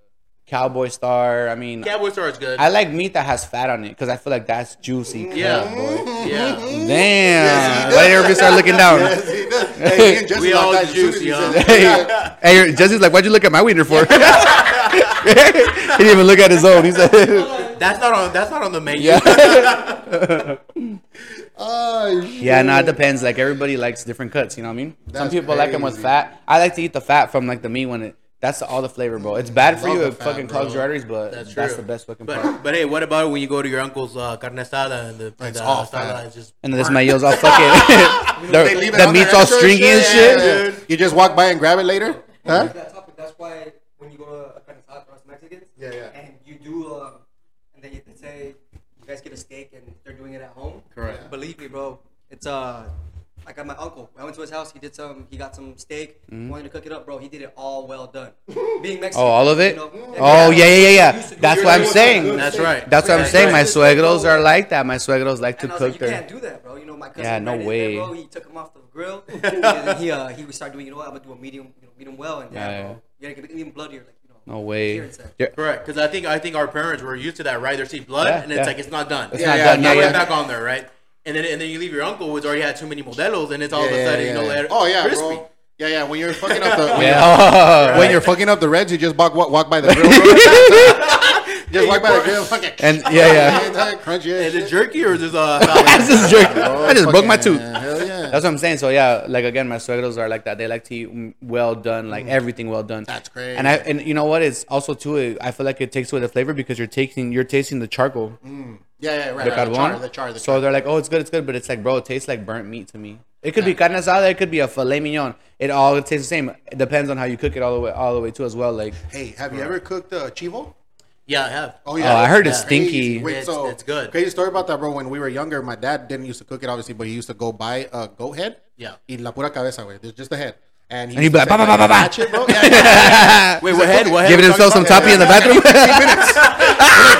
[SPEAKER 1] cowboy star. I mean,
[SPEAKER 3] Cowboy Star is good.
[SPEAKER 1] I like meat that has fat on it because I feel like that's juicy.
[SPEAKER 3] Yeah.
[SPEAKER 1] boy.
[SPEAKER 3] yeah.
[SPEAKER 1] Damn. Why did everybody start looking down?
[SPEAKER 2] hey, me and Jesse
[SPEAKER 3] We
[SPEAKER 2] got
[SPEAKER 3] all
[SPEAKER 2] that as soon as
[SPEAKER 3] juicy,
[SPEAKER 2] he
[SPEAKER 3] huh?
[SPEAKER 2] said-
[SPEAKER 1] Hey, hey, Jesse's like, why'd you look at my wiener for? he didn't even look at his own. He said,
[SPEAKER 3] That's not on. That's not on the menu.
[SPEAKER 1] yeah.
[SPEAKER 2] Oh, shit.
[SPEAKER 1] Yeah, no, it depends. Like everybody likes different cuts. You know what I mean? Some
[SPEAKER 2] That's
[SPEAKER 1] people like them with
[SPEAKER 2] crazy.
[SPEAKER 1] fat. I like to eat the fat from like the meat when it. That's all the flavor, bro. It's bad for
[SPEAKER 2] Love
[SPEAKER 1] you.
[SPEAKER 2] the
[SPEAKER 1] It
[SPEAKER 2] fat,
[SPEAKER 1] fucking
[SPEAKER 2] bro.
[SPEAKER 1] clogs your arteries, but
[SPEAKER 3] That's
[SPEAKER 1] that's,
[SPEAKER 3] true.
[SPEAKER 1] the best fucking part.
[SPEAKER 3] But, but hey, what about when you go to your uncle's uh, carne asada and the, and
[SPEAKER 2] It's
[SPEAKER 3] the
[SPEAKER 2] all
[SPEAKER 3] asada
[SPEAKER 2] fat.
[SPEAKER 3] is just
[SPEAKER 1] And then this my yell's all fucking.
[SPEAKER 2] They leave
[SPEAKER 1] the
[SPEAKER 2] it
[SPEAKER 1] the
[SPEAKER 2] on
[SPEAKER 1] Oh,
[SPEAKER 2] there
[SPEAKER 1] meat's all
[SPEAKER 2] extra
[SPEAKER 1] stringy and shit.
[SPEAKER 2] Yeah, yeah, yeah. You just walk by and grab it later, huh?
[SPEAKER 5] that topic. That's why when you go to a carne asada for us Mexicans,
[SPEAKER 2] Yeah, yeah.
[SPEAKER 5] and you do, um, and then you can say you guys get a steak and they're doing it at home.
[SPEAKER 3] Correct.
[SPEAKER 5] Believe me, bro. It's uh, Like at my uncle, I went to his house. He did some. He got some steak. Wanted to cook it up, bro. He did it all well done. Being
[SPEAKER 1] Mm-hmm.
[SPEAKER 5] Mexican.
[SPEAKER 1] Oh, all of it?
[SPEAKER 5] you know,
[SPEAKER 1] Oh, yeah, yeah, yeah, yeah.
[SPEAKER 5] used to-
[SPEAKER 1] That's
[SPEAKER 5] you're
[SPEAKER 1] what I'm
[SPEAKER 5] used to
[SPEAKER 1] saying.
[SPEAKER 5] good
[SPEAKER 3] That's
[SPEAKER 5] steak.
[SPEAKER 3] right.
[SPEAKER 1] That's what I'm
[SPEAKER 3] That's
[SPEAKER 1] saying. My
[SPEAKER 5] right.
[SPEAKER 1] suegros are like that. My suegros like to
[SPEAKER 5] And I was
[SPEAKER 1] cook
[SPEAKER 5] like, you
[SPEAKER 1] their.
[SPEAKER 5] can't do that, bro. You know, my cousin
[SPEAKER 1] Yeah, no
[SPEAKER 5] right in
[SPEAKER 1] way.
[SPEAKER 5] There, bro, he took him off the grill. and then he uh, he would start doing, you know, what, I'm gonna do a medium, you know, medium well, and
[SPEAKER 1] Yeah,
[SPEAKER 5] yeah,
[SPEAKER 1] yeah.
[SPEAKER 5] bro, yeah, it could be even bloodier, like you know.
[SPEAKER 1] No way.
[SPEAKER 5] Appearance that-
[SPEAKER 1] They're-
[SPEAKER 3] Correct, because I think I think our parents were used to that, right? They see blood,
[SPEAKER 1] Yeah,
[SPEAKER 3] and it's
[SPEAKER 1] yeah.
[SPEAKER 3] like it's not done.
[SPEAKER 1] It's
[SPEAKER 3] yeah,
[SPEAKER 1] not
[SPEAKER 2] yeah,
[SPEAKER 1] done.
[SPEAKER 2] yeah,
[SPEAKER 1] Yeah,
[SPEAKER 3] Now
[SPEAKER 1] yeah.
[SPEAKER 3] we're back on there, right? And then and then you leave your uncle who's already had too many modelos, and it's all of a
[SPEAKER 2] Yeah,
[SPEAKER 3] sudden
[SPEAKER 2] yeah,
[SPEAKER 3] you know
[SPEAKER 2] yeah.
[SPEAKER 3] they're
[SPEAKER 2] Oh yeah,
[SPEAKER 3] crispy.
[SPEAKER 2] bro. Yeah, yeah. When you're fucking up the when,
[SPEAKER 1] Yeah.
[SPEAKER 2] you're,
[SPEAKER 1] Oh.
[SPEAKER 2] when you're fucking up the reds, you just walk walk, walk by the grill. bro. just walk by the grill. Fucking
[SPEAKER 1] And yeah, yeah.
[SPEAKER 2] crunchy.
[SPEAKER 3] Is
[SPEAKER 2] as
[SPEAKER 3] it
[SPEAKER 2] shit.
[SPEAKER 3] jerky or is this uh? salad?
[SPEAKER 1] That's just jerk. I just broke my
[SPEAKER 2] Fucking-
[SPEAKER 1] tooth.
[SPEAKER 2] Hell yeah.
[SPEAKER 1] That's what I'm saying. So yeah, like again, my suegros are like that. They like to eat mm, well done, like everything well done.
[SPEAKER 2] That's crazy.
[SPEAKER 1] And I and you know what? It's also too. it- I feel like it takes away the flavor because you're taking you're tasting the charcoal,
[SPEAKER 2] yeah, yeah, right.
[SPEAKER 1] the
[SPEAKER 2] right,
[SPEAKER 1] carbon.
[SPEAKER 2] Mm. the char, the char, the
[SPEAKER 1] so
[SPEAKER 2] char.
[SPEAKER 1] they're like, oh, it's good, it's good, but it's like, bro, it tastes like burnt meat to me. It could be carne asada, it could be a filet mignon. It all tastes the same. It depends on how you cook it all the way all the way too as well. Like,
[SPEAKER 2] Hey, have you ever cooked uh, chivo?
[SPEAKER 3] yeah, I have.
[SPEAKER 2] Oh
[SPEAKER 1] Oh, I heard it's
[SPEAKER 2] That's crazy.
[SPEAKER 1] stinky.
[SPEAKER 2] Wait,
[SPEAKER 3] It's-
[SPEAKER 2] so
[SPEAKER 3] it's good.
[SPEAKER 2] Crazy story about that, bro. When we were younger, my dad didn't used to cook it, obviously, but he used to go buy a goat head.
[SPEAKER 3] Yeah.
[SPEAKER 2] Y la pura cabeza, güey. There's just the head. And he
[SPEAKER 1] And he'd be
[SPEAKER 2] used to
[SPEAKER 1] like, "Ba, ba,
[SPEAKER 2] say,
[SPEAKER 1] ba, ba, ba."
[SPEAKER 2] "Match it, bro." Yeah, yeah,
[SPEAKER 3] Wait, what head? What head?
[SPEAKER 1] giving
[SPEAKER 2] I'm
[SPEAKER 1] himself some
[SPEAKER 2] talking
[SPEAKER 1] toppy in the
[SPEAKER 2] about-
[SPEAKER 1] bathroom.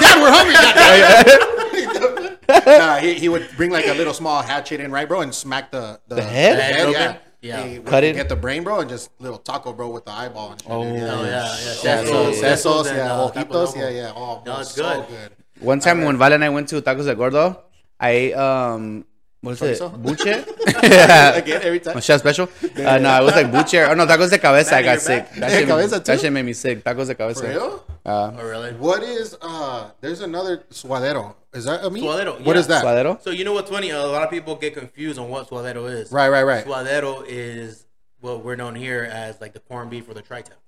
[SPEAKER 2] Dad, we're hungry. goddamn. nah, he, he would bring like a little small hatchet in, right, bro, and smack the the,
[SPEAKER 1] head?
[SPEAKER 3] Head
[SPEAKER 2] yeah.
[SPEAKER 3] open? Yeah.
[SPEAKER 2] He would
[SPEAKER 1] Cut it.
[SPEAKER 2] Get the brain, bro, and just little taco, bro, with the eyeball. And shit, oh,
[SPEAKER 3] Oh yeah, yeah.
[SPEAKER 2] yeah, so
[SPEAKER 3] Sesos,
[SPEAKER 2] sesos,
[SPEAKER 3] and,
[SPEAKER 2] yeah,
[SPEAKER 3] uh,
[SPEAKER 2] ojitos,
[SPEAKER 3] taco
[SPEAKER 2] yeah,
[SPEAKER 3] loco.
[SPEAKER 2] yeah. Oh, bro,
[SPEAKER 3] No, it's
[SPEAKER 2] so
[SPEAKER 3] good.
[SPEAKER 2] good.
[SPEAKER 1] One time when Val and I went to Tacos de Gordo, I ate, um what is it?
[SPEAKER 2] Chorizo?
[SPEAKER 1] Buche? yeah.
[SPEAKER 2] Again, every time.
[SPEAKER 1] My chef special? Uh, no, it was like buche. Oh no, tacos de cabeza. I got sick. That
[SPEAKER 2] De
[SPEAKER 1] shit,
[SPEAKER 2] cabeza,
[SPEAKER 1] that
[SPEAKER 2] too?
[SPEAKER 1] shit made me sick. Tacos de cabeza.
[SPEAKER 2] For real?
[SPEAKER 3] Oh really?
[SPEAKER 2] What is uh? There's another suadero. Is that a meat?
[SPEAKER 3] Suadero,
[SPEAKER 2] What
[SPEAKER 3] yeah.
[SPEAKER 2] is that?
[SPEAKER 1] Suadero?
[SPEAKER 3] So you know what's funny? A lot of people get confused on what suadero is.
[SPEAKER 2] Right, right, right.
[SPEAKER 3] Suadero is what we're known here as like the corned beef or the tri-tip.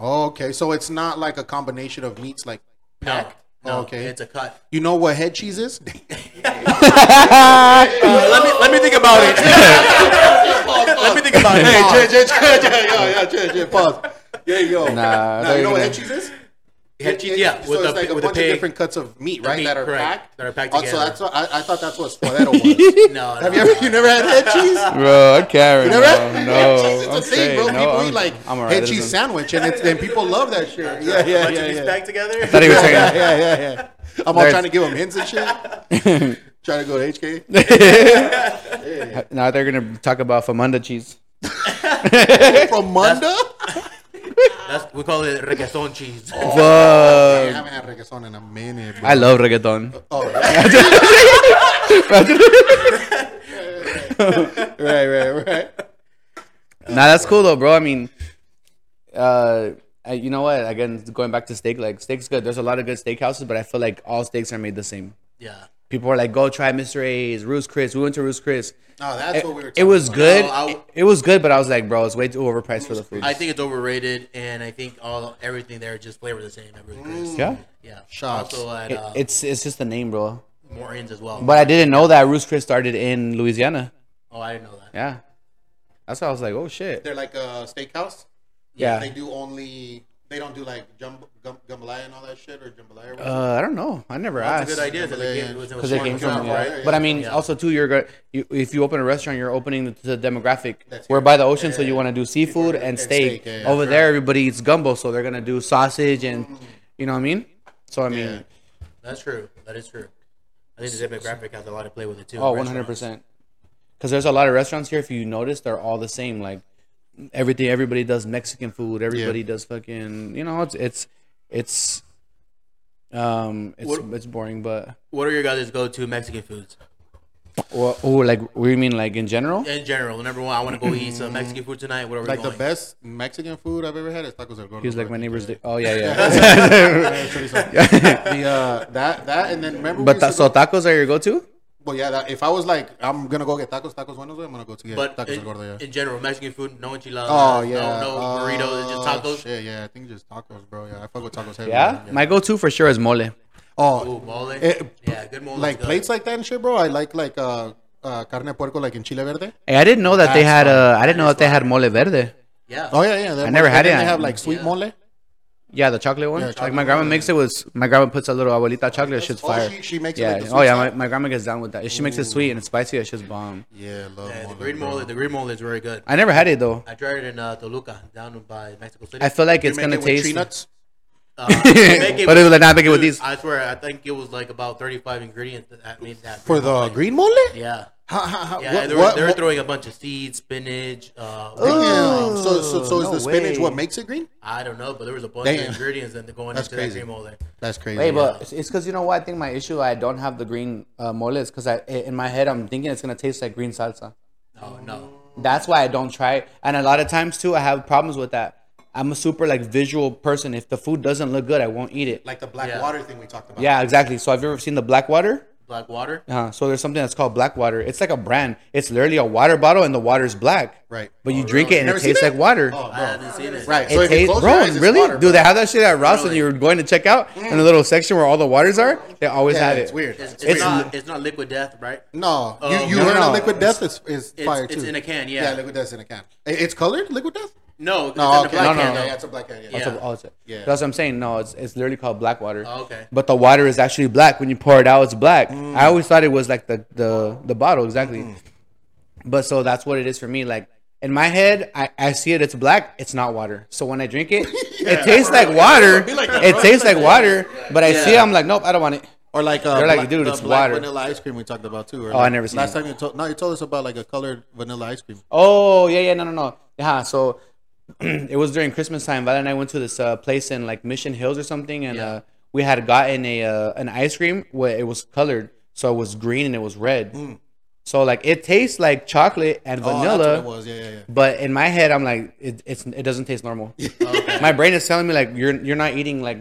[SPEAKER 2] Oh, okay, so it's not like a combination of meats. Like
[SPEAKER 3] No, no,
[SPEAKER 2] Oh, Okay.
[SPEAKER 3] it's a cut.
[SPEAKER 2] you know what head cheese is?
[SPEAKER 3] Uh, let me let me think about it. let me think about it.
[SPEAKER 2] hey, j- j- j- j- yo, yo, j- j- pause. Yeah, yo.
[SPEAKER 1] Nah,
[SPEAKER 2] Nah, you know
[SPEAKER 1] they're
[SPEAKER 2] what
[SPEAKER 1] gonna-
[SPEAKER 2] head cheese is?
[SPEAKER 3] Head cheese, yeah,
[SPEAKER 2] So
[SPEAKER 3] with
[SPEAKER 2] it's
[SPEAKER 3] the-
[SPEAKER 2] like a
[SPEAKER 3] with the
[SPEAKER 2] bunch
[SPEAKER 3] pig.
[SPEAKER 2] of different cuts of meat, right?
[SPEAKER 3] meat,
[SPEAKER 2] that are
[SPEAKER 3] correct.
[SPEAKER 2] packed.
[SPEAKER 3] That are packed
[SPEAKER 2] Oh, so
[SPEAKER 3] together.
[SPEAKER 2] that's what I, I thought that's what suadero was.
[SPEAKER 3] No,
[SPEAKER 2] Have
[SPEAKER 3] no, no.
[SPEAKER 2] you ever? You never had head cheese?
[SPEAKER 1] Bro, I can't
[SPEAKER 2] You
[SPEAKER 1] remember.
[SPEAKER 2] never?
[SPEAKER 1] Um, No,
[SPEAKER 2] cheese is
[SPEAKER 1] I'm
[SPEAKER 2] a thing,
[SPEAKER 1] straight.
[SPEAKER 2] bro.
[SPEAKER 1] No,
[SPEAKER 2] People
[SPEAKER 1] I'm,
[SPEAKER 2] eat like
[SPEAKER 1] I'm alright.
[SPEAKER 2] head
[SPEAKER 1] This
[SPEAKER 2] cheese
[SPEAKER 1] is-
[SPEAKER 2] sandwich, and it's, and people love that shit. Yeah, yeah,
[SPEAKER 3] Bunch
[SPEAKER 2] yeah,
[SPEAKER 3] of these
[SPEAKER 2] yeah.
[SPEAKER 3] back together.
[SPEAKER 1] I thought he was
[SPEAKER 2] yeah, yeah,
[SPEAKER 1] saying-
[SPEAKER 2] yeah, yeah, yeah. I'm all
[SPEAKER 1] There's-
[SPEAKER 2] trying to give them hints and shit. trying to go to HK.
[SPEAKER 1] Now they're gonna talk about famunda cheese.
[SPEAKER 2] From Munda?
[SPEAKER 3] That's we call it requesón cheese.
[SPEAKER 2] Oh. I
[SPEAKER 1] Fuck.
[SPEAKER 2] haven't had reggaeton in a minute, bro.
[SPEAKER 1] I love reggaeton.
[SPEAKER 2] oh, right, right, right.
[SPEAKER 1] Nah, that's cool though, bro. I mean, uh, I- you know what? Again, going back to steak, like steak's good. There's a lot of good steakhouses, but I feel like all steaks are made the same.
[SPEAKER 3] Yeah.
[SPEAKER 1] People are like, go try Mr. A's, Roost Chris. We went to Roost Chris.
[SPEAKER 2] No, that's
[SPEAKER 1] It,
[SPEAKER 2] what we were
[SPEAKER 1] it
[SPEAKER 2] talking
[SPEAKER 1] was
[SPEAKER 2] about.
[SPEAKER 1] good.
[SPEAKER 3] No, I-
[SPEAKER 1] it, it was good, but I was like, bro, it's way too overpriced for the food.
[SPEAKER 3] I think it's overrated, and I think all everything there just flavor the same. Everything. is-
[SPEAKER 1] yeah,
[SPEAKER 3] Yeah.
[SPEAKER 2] Mm. Shots.
[SPEAKER 3] Also at
[SPEAKER 1] it,
[SPEAKER 3] uh,
[SPEAKER 1] it's it's just the name, bro.
[SPEAKER 3] Morin's as well.
[SPEAKER 1] But I didn't know that Roost Chris started in Louisiana.
[SPEAKER 3] oh, I didn't know that.
[SPEAKER 1] Yeah, that's why I was like, oh shit.
[SPEAKER 2] They're like a steakhouse. They
[SPEAKER 1] Yeah,
[SPEAKER 2] do only, they don't do like jumb, gum, jambalaya and all that shit or jambalaya. or whatever.
[SPEAKER 1] uh, I don't know. I never
[SPEAKER 3] That's a
[SPEAKER 1] asked.
[SPEAKER 3] good idea. Because
[SPEAKER 2] Yeah, yeah.
[SPEAKER 1] because they came from.
[SPEAKER 2] Yeah,
[SPEAKER 1] yeah.
[SPEAKER 2] yeah,
[SPEAKER 1] But I mean,
[SPEAKER 3] yeah.
[SPEAKER 1] also too, you're go- you, if you open a restaurant, you're opening the, the demographic.
[SPEAKER 2] That's
[SPEAKER 1] We're
[SPEAKER 2] right.
[SPEAKER 1] by the ocean, so
[SPEAKER 2] Yeah,
[SPEAKER 1] you want to do seafood
[SPEAKER 2] And
[SPEAKER 1] and
[SPEAKER 2] steak,
[SPEAKER 1] steak.
[SPEAKER 2] yeah, yeah.
[SPEAKER 1] Over there, everybody eats gumbo, so they're gonna do sausage and you know what I mean. So I mean,
[SPEAKER 2] Yeah.
[SPEAKER 3] That's true. That is true. I think the demographic has a lot to play with it too.
[SPEAKER 1] oh, 100 percent. Because there's a lot of restaurants here. If you notice, they're all the same. Like everything, everybody does Mexican food. Everybody does fucking. You know, it's it's it's um it's
[SPEAKER 3] What-
[SPEAKER 1] it's boring, but
[SPEAKER 3] What are your guys' go-to Mexican foods?
[SPEAKER 1] or, or like we mean like in general.
[SPEAKER 3] In general, number one, I want to go eat some Mexican food tonight. What are we
[SPEAKER 2] like the
[SPEAKER 3] going?
[SPEAKER 2] best Mexican food I've ever had is tacos al gordo.
[SPEAKER 1] He's like my
[SPEAKER 2] bro.
[SPEAKER 1] neighbor's. Di- oh yeah, yeah.
[SPEAKER 2] the, uh, that that and then remember.
[SPEAKER 1] But
[SPEAKER 2] we
[SPEAKER 1] ta-
[SPEAKER 2] used to
[SPEAKER 1] so
[SPEAKER 2] go-
[SPEAKER 1] tacos are your go-to?
[SPEAKER 2] well, yeah. That, if I was like, I'm gonna go get tacos, tacos buenos, I'm gonna go to get
[SPEAKER 3] But
[SPEAKER 2] tacos
[SPEAKER 3] in,
[SPEAKER 2] al gordo. Yeah.
[SPEAKER 3] in general, Mexican food, no enchiladas,
[SPEAKER 2] oh
[SPEAKER 3] no,
[SPEAKER 2] yeah.
[SPEAKER 3] no burritos, it's just
[SPEAKER 2] Uh,
[SPEAKER 3] tacos.
[SPEAKER 2] Shit, yeah. I think just tacos, bro. Yeah, I fuck with tacos heavy.
[SPEAKER 1] Yeah. My go-to for sure is mole.
[SPEAKER 2] Oh,
[SPEAKER 3] Ooh, mole.
[SPEAKER 2] Eh,
[SPEAKER 3] yeah, good mole. is
[SPEAKER 2] like
[SPEAKER 3] good.
[SPEAKER 2] plates like that and shit, bro. I like like uh, uh carne de puerco like in chile verde.
[SPEAKER 1] Hey, I didn't know that they had.
[SPEAKER 2] That's
[SPEAKER 1] Uh, I didn't know that they had mole verde.
[SPEAKER 3] Yeah.
[SPEAKER 2] Oh yeah, yeah. I
[SPEAKER 1] never had it.
[SPEAKER 2] They have like sweet
[SPEAKER 3] Yeah.
[SPEAKER 2] mole.
[SPEAKER 1] Yeah, the chocolate one.
[SPEAKER 2] Yeah,
[SPEAKER 1] like
[SPEAKER 2] chocolate
[SPEAKER 1] my grandma
[SPEAKER 2] one,
[SPEAKER 1] makes it with my grandma puts a little abuelita chocolate. Shit's
[SPEAKER 2] Oh,
[SPEAKER 1] fire.
[SPEAKER 2] she- she makes it
[SPEAKER 1] yeah.
[SPEAKER 2] like the
[SPEAKER 1] oh
[SPEAKER 2] sweet
[SPEAKER 1] yeah, my,
[SPEAKER 2] side?
[SPEAKER 1] my grandma gets down with that. If she makes it sweet and it's spicy, it's just bomb.
[SPEAKER 2] Yeah, love
[SPEAKER 3] Yeah, the
[SPEAKER 2] Mole,
[SPEAKER 3] green
[SPEAKER 2] bro.
[SPEAKER 3] mole, the green mole is very good.
[SPEAKER 1] I never had it though.
[SPEAKER 3] I tried it in uh, Toluca, down by Mexico City.
[SPEAKER 1] I feel like
[SPEAKER 2] You
[SPEAKER 1] it's
[SPEAKER 2] make
[SPEAKER 1] gonna
[SPEAKER 2] it with
[SPEAKER 1] taste.
[SPEAKER 2] tree nuts?
[SPEAKER 3] Uh, I make
[SPEAKER 1] But it was like, nah, make it with
[SPEAKER 3] dude,
[SPEAKER 1] these.
[SPEAKER 3] I swear, I think it was like about 35 ingredients that- that made that.
[SPEAKER 2] for
[SPEAKER 3] green mole
[SPEAKER 2] the
[SPEAKER 3] thing.
[SPEAKER 2] green mole.
[SPEAKER 3] Yeah.
[SPEAKER 2] How, how, how,
[SPEAKER 3] Yeah,
[SPEAKER 2] what,
[SPEAKER 3] they were,
[SPEAKER 2] what,
[SPEAKER 3] they were
[SPEAKER 2] what-
[SPEAKER 3] throwing a bunch of seeds, spinach. Uh,
[SPEAKER 2] Damn. So, so, so is
[SPEAKER 1] Oh, No
[SPEAKER 2] the spinach
[SPEAKER 1] way.
[SPEAKER 2] what makes it green?
[SPEAKER 3] I don't know, but there was a bunch
[SPEAKER 2] Damn.
[SPEAKER 3] of ingredients that going
[SPEAKER 2] That's
[SPEAKER 3] into
[SPEAKER 2] crazy.
[SPEAKER 3] that cream mole.
[SPEAKER 2] That's crazy.
[SPEAKER 1] Hey, but it's- it's because you know what? I think my issue I don't have the green uh, mole is because I i- in my head I'm thinking it's gonna taste like green salsa.
[SPEAKER 3] Oh no.
[SPEAKER 1] That's why I don't try it. And a lot of times too, I have problems with that. I'm a super like visual person. If the food doesn't look good, I won't eat it.
[SPEAKER 2] like the black
[SPEAKER 3] Yeah.
[SPEAKER 2] water thing we talked about.
[SPEAKER 1] Yeah, exactly. So have you ever seen the black water?
[SPEAKER 3] Black water.
[SPEAKER 1] Uh, so there's something that's called black water. It's like a brand. It's literally a water bottle and the water's black.
[SPEAKER 2] Right.
[SPEAKER 1] But you drink it and
[SPEAKER 2] Never
[SPEAKER 1] it
[SPEAKER 2] seen
[SPEAKER 1] tastes
[SPEAKER 2] that?
[SPEAKER 1] like water.
[SPEAKER 2] Oh,
[SPEAKER 3] I haven't seen it.
[SPEAKER 2] Right.
[SPEAKER 1] It
[SPEAKER 2] so if you
[SPEAKER 1] tastes-
[SPEAKER 2] close
[SPEAKER 1] bro,
[SPEAKER 2] your eyes, it's
[SPEAKER 1] really?
[SPEAKER 2] water,
[SPEAKER 1] Do they have that shit at Ross when
[SPEAKER 3] Really?
[SPEAKER 1] you were going to check out in the little section where all the waters are? They always
[SPEAKER 2] Mm. Yeah,
[SPEAKER 1] have it.
[SPEAKER 2] it's weird.
[SPEAKER 3] It's, it's,
[SPEAKER 1] It's-
[SPEAKER 3] not. It's not liquid death, right?
[SPEAKER 2] No,
[SPEAKER 3] Oh,
[SPEAKER 2] you, you
[SPEAKER 1] no,
[SPEAKER 2] heard
[SPEAKER 1] no,
[SPEAKER 2] of liquid
[SPEAKER 1] it's-
[SPEAKER 2] death is, is
[SPEAKER 3] it's-
[SPEAKER 2] fire
[SPEAKER 3] it's
[SPEAKER 2] too.
[SPEAKER 3] in a can, yeah.
[SPEAKER 2] Yeah, liquid death in a can. I- It's colored liquid death.
[SPEAKER 3] No. it's
[SPEAKER 2] No,
[SPEAKER 3] in the
[SPEAKER 2] okay.
[SPEAKER 3] black
[SPEAKER 1] No,
[SPEAKER 3] can,
[SPEAKER 1] no.
[SPEAKER 3] though.
[SPEAKER 2] yeah, it's a black can. Yeah.
[SPEAKER 1] That's,
[SPEAKER 3] Yeah.
[SPEAKER 1] what, oh, it's-
[SPEAKER 2] Yeah.
[SPEAKER 1] that's what I'm saying. No, it's, it's literally called black water.
[SPEAKER 3] Oh, okay.
[SPEAKER 1] But the water is actually black when you pour it out. It's black.
[SPEAKER 2] Mm.
[SPEAKER 1] I always thought it was like the the the bottle exactly.
[SPEAKER 2] Mm-hmm.
[SPEAKER 1] But so that's what it is for me. Like in my head, I, I see it. It's black. It's not water. So when I drink it, it tastes like water. it tastes like water. But I see it.
[SPEAKER 3] Yeah.
[SPEAKER 1] I'm like, nope, I don't want it.
[SPEAKER 2] Or like uh,
[SPEAKER 1] They're like,
[SPEAKER 2] black-
[SPEAKER 1] dude,
[SPEAKER 2] the
[SPEAKER 1] it's
[SPEAKER 2] black
[SPEAKER 1] water.
[SPEAKER 2] vanilla ice cream we talked about too. or
[SPEAKER 1] Oh, I
[SPEAKER 2] like-
[SPEAKER 1] never seen
[SPEAKER 2] Last
[SPEAKER 1] it.
[SPEAKER 2] time you told no, you told us about like a colored vanilla ice cream.
[SPEAKER 1] Oh yeah, yeah, no, no, no. Yeah, so it was during Christmas time. Val and I went to this uh, place in like Mission Hills or something, and uh, we had gotten a uh, an ice cream where it was colored, so it was green and it was red.
[SPEAKER 3] Mm.
[SPEAKER 1] So like it tastes like chocolate and
[SPEAKER 2] Oh,
[SPEAKER 1] vanilla,
[SPEAKER 2] That's what it was. Yeah, yeah, yeah.
[SPEAKER 1] but in my head I'm like, it, it's it doesn't taste normal. My brain is telling me like you're you're not eating like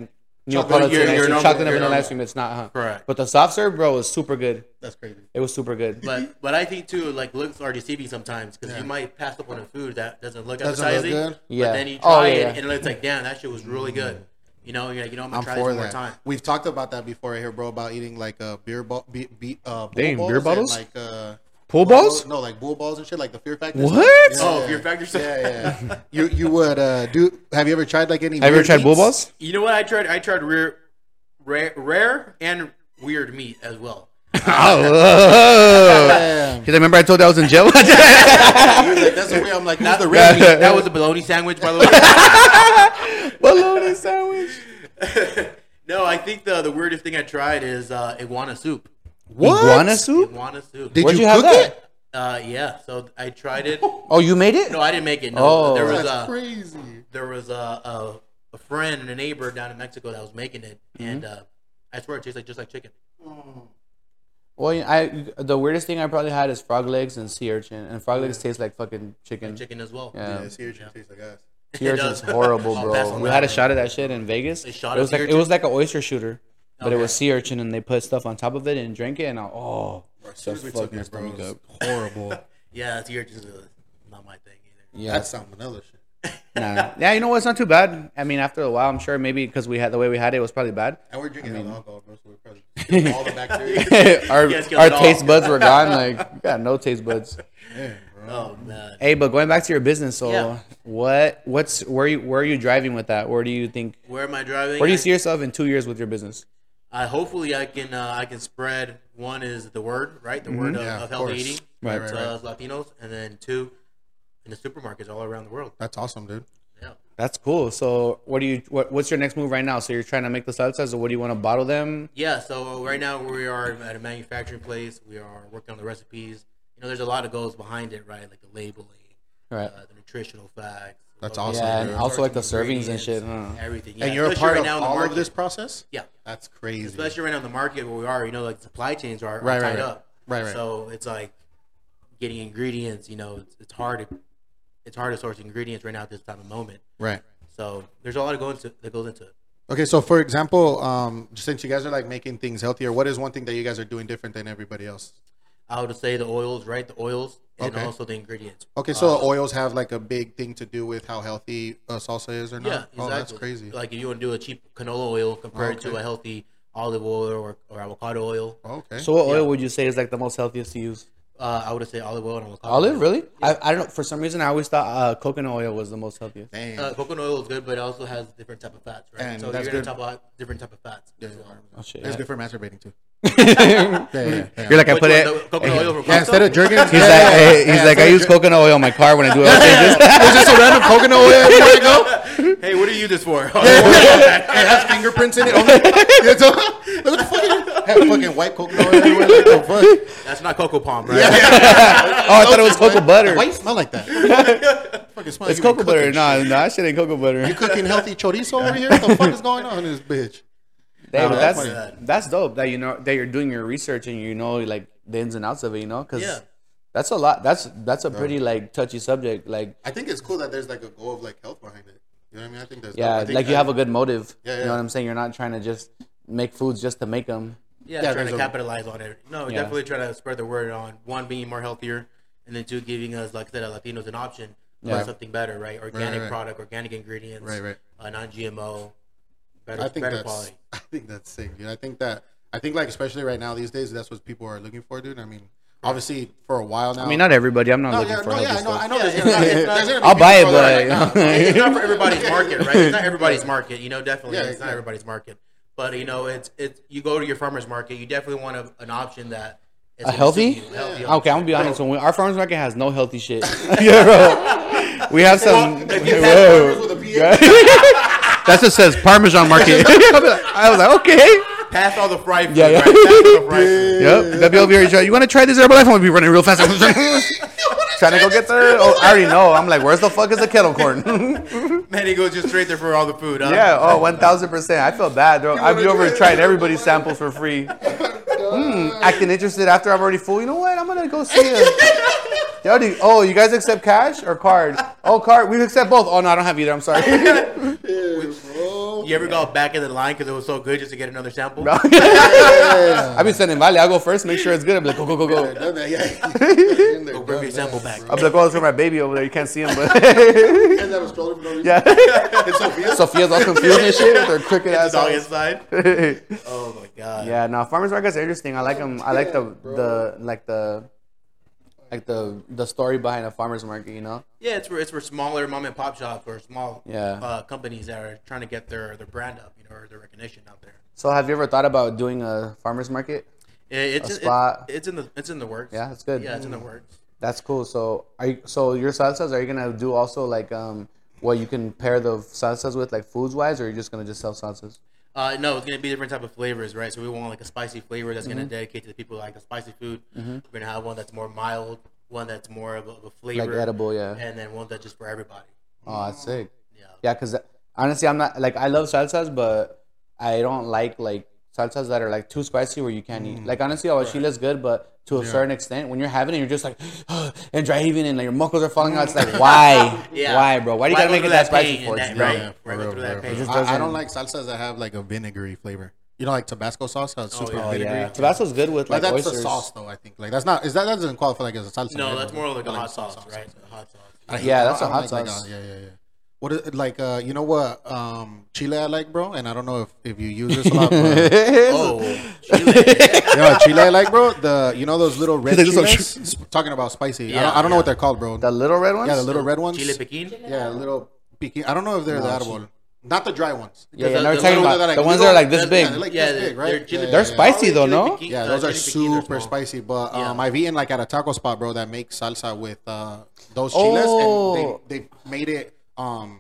[SPEAKER 1] Neapolitan
[SPEAKER 3] you're-
[SPEAKER 1] ice
[SPEAKER 3] you're
[SPEAKER 1] cream,
[SPEAKER 3] normal-
[SPEAKER 1] chocolate and
[SPEAKER 3] you're
[SPEAKER 1] vanilla
[SPEAKER 3] normal.
[SPEAKER 1] ice cream. It's not, huh?
[SPEAKER 3] Correct.
[SPEAKER 1] But the soft serve, bro, was super good.
[SPEAKER 2] That's crazy.
[SPEAKER 1] It was super good.
[SPEAKER 3] But but I think too, like looks are deceiving sometimes because you might pass up on a food that doesn't look
[SPEAKER 2] Doesn't look
[SPEAKER 3] appetizing.
[SPEAKER 2] good?
[SPEAKER 1] Yeah.
[SPEAKER 3] But then you try
[SPEAKER 1] Oh, yeah,
[SPEAKER 3] it
[SPEAKER 1] yeah.
[SPEAKER 3] and it's like, damn, that shit was really good. You know, you're like, you know, I'm gonna
[SPEAKER 2] I'm
[SPEAKER 3] try this
[SPEAKER 2] for
[SPEAKER 3] one more
[SPEAKER 2] that.
[SPEAKER 3] time.
[SPEAKER 2] We've talked about that before right here, bro. About eating like uh, beer ball, be, be, uh, bull
[SPEAKER 1] Dang,
[SPEAKER 2] balls
[SPEAKER 1] beer
[SPEAKER 2] and,
[SPEAKER 1] bottles?
[SPEAKER 2] like uh,
[SPEAKER 1] Pool balls?
[SPEAKER 2] No, like bull balls and shit, like the Fear Factor.
[SPEAKER 1] What?
[SPEAKER 2] stuff.
[SPEAKER 3] Oh, Fear Factor stuff?
[SPEAKER 2] Yeah, yeah. you you would uh, do? Have you ever tried like any?
[SPEAKER 1] Have you
[SPEAKER 2] weird
[SPEAKER 1] ever tried bull
[SPEAKER 2] meats?
[SPEAKER 1] balls?
[SPEAKER 3] You know what? I tried. I tried rare, rare, rare and weird meat as well.
[SPEAKER 1] Oh.
[SPEAKER 2] Damn.
[SPEAKER 1] Because I remember I told you I was in jail.
[SPEAKER 2] He was like, That's weird. I'm like, not the
[SPEAKER 3] Rare
[SPEAKER 2] red
[SPEAKER 3] meat. That was a bologna sandwich, by the way.
[SPEAKER 1] Bologna sandwich.
[SPEAKER 3] no, I think the the weirdest thing I tried is uh, iguana soup.
[SPEAKER 2] What?
[SPEAKER 1] Iguana soup?
[SPEAKER 3] Iguana soup.
[SPEAKER 2] Did
[SPEAKER 1] Where'd
[SPEAKER 2] you,
[SPEAKER 1] you have
[SPEAKER 2] cook
[SPEAKER 1] that?
[SPEAKER 2] it?
[SPEAKER 3] uh, yeah. So I tried it.
[SPEAKER 1] Oh, you made it?
[SPEAKER 3] No, I didn't make it. No,
[SPEAKER 1] Oh.
[SPEAKER 3] there was
[SPEAKER 2] That's
[SPEAKER 3] a
[SPEAKER 2] crazy.
[SPEAKER 3] there was a, a a friend and a neighbor down in Mexico that was making it,
[SPEAKER 1] Mm-hmm.
[SPEAKER 3] and uh, I swear it tastes like just like chicken.
[SPEAKER 1] Well, yeah, I the weirdest thing I probably had is frog legs and sea urchin, and frog legs taste like fucking chicken.
[SPEAKER 3] Chicken as well.
[SPEAKER 1] Yeah.
[SPEAKER 2] Yeah, see, it tastes like us.
[SPEAKER 1] Sea
[SPEAKER 3] It
[SPEAKER 1] urchin's
[SPEAKER 3] does.
[SPEAKER 1] horrible,
[SPEAKER 3] I'll pass
[SPEAKER 1] bro.
[SPEAKER 3] on
[SPEAKER 1] We
[SPEAKER 3] that
[SPEAKER 1] had a
[SPEAKER 3] one.
[SPEAKER 1] shot of that shit in Vegas. It
[SPEAKER 3] shot of
[SPEAKER 1] was
[SPEAKER 3] sea
[SPEAKER 1] like it
[SPEAKER 3] urchin?
[SPEAKER 1] was like an oyster shooter, but it was
[SPEAKER 3] Okay.
[SPEAKER 1] sea urchin, and they put stuff on top of it and drank it, and I, oh,
[SPEAKER 2] As soon
[SPEAKER 1] the
[SPEAKER 2] as we
[SPEAKER 1] fuck
[SPEAKER 2] took
[SPEAKER 1] my
[SPEAKER 2] it, bro,
[SPEAKER 1] stomach
[SPEAKER 2] it
[SPEAKER 1] up.
[SPEAKER 2] was horrible.
[SPEAKER 3] Yeah, it's your just uh, not my thing either.
[SPEAKER 1] Yeah,
[SPEAKER 2] That's salmonella shit.
[SPEAKER 1] nah. yeah. You know what? It's not too bad. I mean, after a while, I'm sure maybe because we had the way we had it was probably bad.
[SPEAKER 2] And we're drinking alcohol, bro, so we're probably all the bacteria.
[SPEAKER 1] our
[SPEAKER 3] guys killed
[SPEAKER 1] our
[SPEAKER 3] it all.
[SPEAKER 1] taste buds were gone. Like you got no taste buds.
[SPEAKER 2] Yeah, bro.
[SPEAKER 3] Oh man.
[SPEAKER 1] Hey, but going back to your business, so
[SPEAKER 3] Yeah.
[SPEAKER 1] what? What's where? You, where are you driving with that? Where do you think?
[SPEAKER 3] Where am I driving?
[SPEAKER 1] Where do
[SPEAKER 3] I-
[SPEAKER 1] you see yourself in two years with your business?
[SPEAKER 3] I hopefully I can uh, I can spread one is the word right
[SPEAKER 1] Mm-hmm.
[SPEAKER 3] the word of,
[SPEAKER 2] Yeah,
[SPEAKER 3] of
[SPEAKER 2] of
[SPEAKER 3] healthy
[SPEAKER 2] course.
[SPEAKER 3] eating
[SPEAKER 1] Right,
[SPEAKER 3] to
[SPEAKER 1] right,
[SPEAKER 3] us Latinos and then two in the supermarkets all around the world.
[SPEAKER 2] That's awesome, dude.
[SPEAKER 3] Yeah.
[SPEAKER 1] That's cool. So, what do you? What, what's your next move right now? So you're trying to make the salsas, or what do you want to bottle them?
[SPEAKER 3] Yeah. So right now we are at a manufacturing place. We are working on the recipes. You know, there's a lot of goals behind it, right? Like the labeling,
[SPEAKER 1] Right.
[SPEAKER 3] uh, the nutritional facts.
[SPEAKER 2] That's
[SPEAKER 3] all-
[SPEAKER 2] awesome,
[SPEAKER 1] Yeah, and
[SPEAKER 2] dude.
[SPEAKER 1] also like the servings and
[SPEAKER 3] ingredients,
[SPEAKER 1] shit. Huh?
[SPEAKER 3] Everything. Yeah,
[SPEAKER 2] and you're a
[SPEAKER 3] especially
[SPEAKER 2] part
[SPEAKER 3] right
[SPEAKER 2] of
[SPEAKER 3] now in the
[SPEAKER 2] all of
[SPEAKER 3] market.
[SPEAKER 2] this process.
[SPEAKER 3] Yeah.
[SPEAKER 2] That's crazy.
[SPEAKER 3] especially right now in the market where we are, you know, like supply chains are, are
[SPEAKER 2] Right, right,
[SPEAKER 3] tied
[SPEAKER 2] right.
[SPEAKER 3] up.
[SPEAKER 2] Right, right.
[SPEAKER 3] So it's like getting ingredients. You know, it's, it's hard. To, it's hard to source ingredients right now at this time of moment.
[SPEAKER 2] right.
[SPEAKER 3] So there's a lot of going to, that goes into it.
[SPEAKER 2] Okay, so for example, um, since you guys are like making things healthier, what is one thing that you guys are doing different than everybody else?
[SPEAKER 3] I would say the oils, right? The oils and
[SPEAKER 2] Okay.
[SPEAKER 3] also the ingredients.
[SPEAKER 2] Okay, so
[SPEAKER 3] Uh,
[SPEAKER 2] the oils have like a big thing to do with how healthy uh, salsa is or not.
[SPEAKER 3] Yeah, exactly.
[SPEAKER 2] Oh, that's crazy.
[SPEAKER 3] Like if you want to do a cheap canola oil compared to
[SPEAKER 2] Okay.
[SPEAKER 3] a healthy olive oil or, or avocado oil,
[SPEAKER 2] okay.
[SPEAKER 1] So, what oil would you say is like the most healthiest to use?
[SPEAKER 3] Uh, I would say olive oil and avocado.
[SPEAKER 1] Olive, really? I, I don't know. For some reason, I always thought uh, coconut oil was the most healthiest.
[SPEAKER 2] Damn.
[SPEAKER 3] Uh, coconut oil is good, but it also has different type of fats, right?
[SPEAKER 2] And
[SPEAKER 3] so
[SPEAKER 2] that's
[SPEAKER 3] you're gonna
[SPEAKER 2] good.
[SPEAKER 3] talk about different type of fats.
[SPEAKER 2] yeah,
[SPEAKER 3] So-
[SPEAKER 2] you are.
[SPEAKER 1] Oh, shit.
[SPEAKER 2] That's good for masturbating too. Yeah, yeah, yeah.
[SPEAKER 1] You're like, I
[SPEAKER 3] Which
[SPEAKER 1] put
[SPEAKER 3] one,
[SPEAKER 1] it.
[SPEAKER 3] the coconut oil.
[SPEAKER 2] Yeah, instead of jerking,
[SPEAKER 1] He's like, hey, he's like, I use coconut oil in my car when I do oil changes.
[SPEAKER 2] There's just a random coconut oil everywhere I go.
[SPEAKER 3] hey, what do you use this for? Oh,
[SPEAKER 2] It has fingerprints in it. Only. It's all- Look at the fucking, have fucking white coconut oil everywhere. Like, oh, fuck.
[SPEAKER 3] That's not cocoa palm, right?
[SPEAKER 1] Oh, I thought it was cocoa butter.
[SPEAKER 2] Why you smell like that? fucking smell
[SPEAKER 1] It's
[SPEAKER 2] like you've
[SPEAKER 1] cocoa
[SPEAKER 2] been
[SPEAKER 1] butter.
[SPEAKER 2] cooking
[SPEAKER 1] No,
[SPEAKER 2] shit.
[SPEAKER 1] no, that shit ain't cocoa butter.
[SPEAKER 2] You cooking healthy chorizo over here? What the fuck is going on in this bitch?
[SPEAKER 1] Damn,
[SPEAKER 2] No,
[SPEAKER 1] that's
[SPEAKER 2] that's
[SPEAKER 1] that's, dope that you know that you're doing your research and you know like the ins and outs of it, you know, because
[SPEAKER 3] Yeah.
[SPEAKER 1] that's a lot. That's that's a pretty like touchy subject. Like
[SPEAKER 2] I think it's cool that there's like a goal of like health behind it. You know what I mean? I think there's
[SPEAKER 1] yeah, like you have a good motive.
[SPEAKER 2] Yeah,
[SPEAKER 1] You
[SPEAKER 2] yeah.
[SPEAKER 1] know what I'm saying? You're not trying to just make foods just to make them.
[SPEAKER 3] yeah,
[SPEAKER 2] Yeah,
[SPEAKER 3] trying
[SPEAKER 2] there's
[SPEAKER 3] to
[SPEAKER 2] a-
[SPEAKER 3] capitalize on it. No,
[SPEAKER 1] Yeah.
[SPEAKER 3] definitely trying to spread the word on one being more healthier, and then two giving us, like I said, a Latinos an option for
[SPEAKER 1] Yeah.
[SPEAKER 3] something better, right? Organic
[SPEAKER 2] right.
[SPEAKER 3] product, organic ingredients,
[SPEAKER 2] Right, right.
[SPEAKER 3] Uh, non-GMO, better,
[SPEAKER 2] I think
[SPEAKER 3] better
[SPEAKER 2] that's
[SPEAKER 3] quality.
[SPEAKER 2] I think that's sick, dude. I think that I think like especially right now these days that's what people are looking for, dude. I mean, obviously for a while now.
[SPEAKER 1] I mean, not everybody. I'm not
[SPEAKER 2] no,
[SPEAKER 1] looking
[SPEAKER 2] yeah,
[SPEAKER 1] for
[SPEAKER 2] no,
[SPEAKER 1] healthy
[SPEAKER 2] yeah, I know,
[SPEAKER 1] stuff.
[SPEAKER 2] I know.
[SPEAKER 3] Yeah,
[SPEAKER 2] there's
[SPEAKER 3] it's
[SPEAKER 2] gonna-
[SPEAKER 3] not-
[SPEAKER 2] there's
[SPEAKER 3] it's not-
[SPEAKER 2] gonna be
[SPEAKER 1] I'll buy it,
[SPEAKER 2] people that are like,
[SPEAKER 1] but
[SPEAKER 2] nah,
[SPEAKER 3] it's not for everybody's market, right? It's not everybody's market. You know, definitely,
[SPEAKER 2] Yeah,
[SPEAKER 3] it's not
[SPEAKER 2] yeah.
[SPEAKER 3] everybody's market. But you know, it's it's you go to your farmer's market, you definitely want a, an option that is
[SPEAKER 1] A healthy?
[SPEAKER 3] gonna suit you, healthy
[SPEAKER 1] Okay, I'm gonna be honest. When we, our farmers market has no healthy shit. yeah, bro. We have some.
[SPEAKER 2] if you
[SPEAKER 1] Whoa.
[SPEAKER 2] have farmers with a
[SPEAKER 1] Yeah. That's what says Parmesan market. I'll be like- I was like, okay.
[SPEAKER 3] Pass all the fried food,
[SPEAKER 1] Yeah, yeah.
[SPEAKER 3] right? Pass all the fried food.
[SPEAKER 1] Yep. That'd be over here. E You want to try this Herbalife? I'm gonna be running real fast. Trying to go get the. Oh, I already know. I'm like, where's the fuck is the kettle corn?
[SPEAKER 3] Man, he goes just straight there for all the food. Huh?
[SPEAKER 1] yeah. Oh, one thousand percent. I feel bad, bro. I've been over here trying everybody's samples for free. Hmm, acting interested after I'm already full. You know what? I'm gonna go see him. Yo, do oh, you guys accept cash or card? Oh, card. We accept both. Oh no, I don't have either. I'm sorry.
[SPEAKER 3] You ever go back in the line because it was so good just to get another sample?
[SPEAKER 1] I've been sending Vale. I'll go first, make sure it's good. I'm like, go, go, go, go.
[SPEAKER 2] done that, yeah.
[SPEAKER 3] Go bring your sample back.
[SPEAKER 1] I'm like, oh, it's for my baby over there. You can't see him, but
[SPEAKER 2] And that was stroller for no reason.
[SPEAKER 1] yeah.
[SPEAKER 2] It's Sophia.
[SPEAKER 1] Sophia's all confused and shit with her crooked
[SPEAKER 3] Get the
[SPEAKER 1] ass.
[SPEAKER 3] dog
[SPEAKER 1] eyes.
[SPEAKER 3] inside. Oh my god.
[SPEAKER 1] yeah, no, farmers markets are interesting. I like them. I like the
[SPEAKER 2] Yeah, bro.
[SPEAKER 1] the like the like the the story behind a farmers market. You know?
[SPEAKER 3] Yeah, it's for it's for smaller mom and pop shops or small
[SPEAKER 1] Yeah.
[SPEAKER 3] uh, companies that are trying to get their their brand up, you know, or their recognition out there.
[SPEAKER 1] So, have you ever thought about doing a farmers market?
[SPEAKER 3] It, it's,
[SPEAKER 1] A
[SPEAKER 3] it-
[SPEAKER 1] spot.
[SPEAKER 3] it's in the it's in the works.
[SPEAKER 1] Yeah, that's good.
[SPEAKER 3] Yeah, it's in the works.
[SPEAKER 1] That's cool. So, are you, so your salsas? Are you gonna do also like um what you can pair the salsas with, like foods wise, or are you just gonna just sell salsas?
[SPEAKER 3] Uh, no, it's gonna be different type of flavors, right? So we want like a spicy flavor that's
[SPEAKER 1] Mm-hmm.
[SPEAKER 3] gonna dedicate to the people who like the spicy food. We're gonna have one that's more mild, one that's more of a, of a flavor,
[SPEAKER 1] edible, yeah.
[SPEAKER 3] and then one that's just for everybody.
[SPEAKER 1] Oh, that's sick.
[SPEAKER 3] Yeah.
[SPEAKER 1] Yeah, because honestly, I'm not like I love salsas, but I don't like like salsas that are like too spicy where you can't eat. Like honestly, aguachile's good, but to a certain extent, when you're having it, you're just like and driving and like your muckles are falling out. It's like why,
[SPEAKER 3] Yeah.
[SPEAKER 1] why, bro? Why do you gotta
[SPEAKER 3] go
[SPEAKER 1] make it
[SPEAKER 3] through
[SPEAKER 1] that spicy
[SPEAKER 3] pain and
[SPEAKER 1] for us?
[SPEAKER 3] that-
[SPEAKER 1] Yeah.
[SPEAKER 3] Right.
[SPEAKER 2] Yeah, for
[SPEAKER 3] right, go
[SPEAKER 2] real,
[SPEAKER 3] through
[SPEAKER 2] for
[SPEAKER 3] that
[SPEAKER 2] real.
[SPEAKER 3] pain.
[SPEAKER 1] It just
[SPEAKER 2] I, I
[SPEAKER 1] doesn't-
[SPEAKER 2] don't like salsas that have like a vinegary flavor. You know, like Tabasco sauce, how it's super
[SPEAKER 3] yeah.
[SPEAKER 1] Oh,
[SPEAKER 2] vinegary.
[SPEAKER 1] yeah, Tabasco's good with
[SPEAKER 2] But
[SPEAKER 1] like
[SPEAKER 2] that's
[SPEAKER 1] oysters.
[SPEAKER 2] a sauce, though. I think like that's not is that, that doesn't qualify like as a salsa.
[SPEAKER 3] No,
[SPEAKER 2] right?
[SPEAKER 3] that's more like a
[SPEAKER 2] Or,
[SPEAKER 3] hot sauce, right? A hot sauce.
[SPEAKER 2] I hate-
[SPEAKER 1] Yeah,
[SPEAKER 2] I
[SPEAKER 1] that's
[SPEAKER 2] don't-
[SPEAKER 1] a
[SPEAKER 2] I
[SPEAKER 1] hot
[SPEAKER 2] don't like, like,
[SPEAKER 1] sauce.
[SPEAKER 2] uh, yeah, yeah, yeah. What is like? Uh, you know what? Um, chile I like, bro, and I don't know if, if you use this a lot. But,
[SPEAKER 3] Oh, Chile.
[SPEAKER 2] you know what chile I like, bro? The you know those little red
[SPEAKER 1] He's like,
[SPEAKER 2] chiles? Sp- talking about spicy. I
[SPEAKER 3] Yeah,
[SPEAKER 2] don't, I don't know
[SPEAKER 3] yeah.
[SPEAKER 2] what they're called, bro.
[SPEAKER 1] the little red ones.
[SPEAKER 2] yeah, the little red ones.
[SPEAKER 3] Chile Pekin.
[SPEAKER 2] Yeah, little piqui. I don't know if they're the edible. Not the dry ones.
[SPEAKER 1] yeah, yeah,
[SPEAKER 3] the-
[SPEAKER 1] no, we're
[SPEAKER 3] the
[SPEAKER 1] talking
[SPEAKER 3] little
[SPEAKER 1] about
[SPEAKER 2] that are,
[SPEAKER 1] the
[SPEAKER 2] like,
[SPEAKER 1] ones that are like this
[SPEAKER 3] little-
[SPEAKER 1] big.
[SPEAKER 3] Yeah,
[SPEAKER 2] Yeah, they're like this big,
[SPEAKER 3] they're
[SPEAKER 2] right?
[SPEAKER 3] chili-
[SPEAKER 2] Yeah,
[SPEAKER 1] They're
[SPEAKER 2] yeah, yeah.
[SPEAKER 1] spicy though, no?
[SPEAKER 2] Yeah,
[SPEAKER 3] Uh,
[SPEAKER 2] those are
[SPEAKER 3] chili pequeños are small.
[SPEAKER 2] super spicy. But um,
[SPEAKER 3] Yeah.
[SPEAKER 2] I've eaten like at a taco spot, bro, that makes salsa with uh, those
[SPEAKER 1] Oh.
[SPEAKER 2] chiles, and they, they made it um,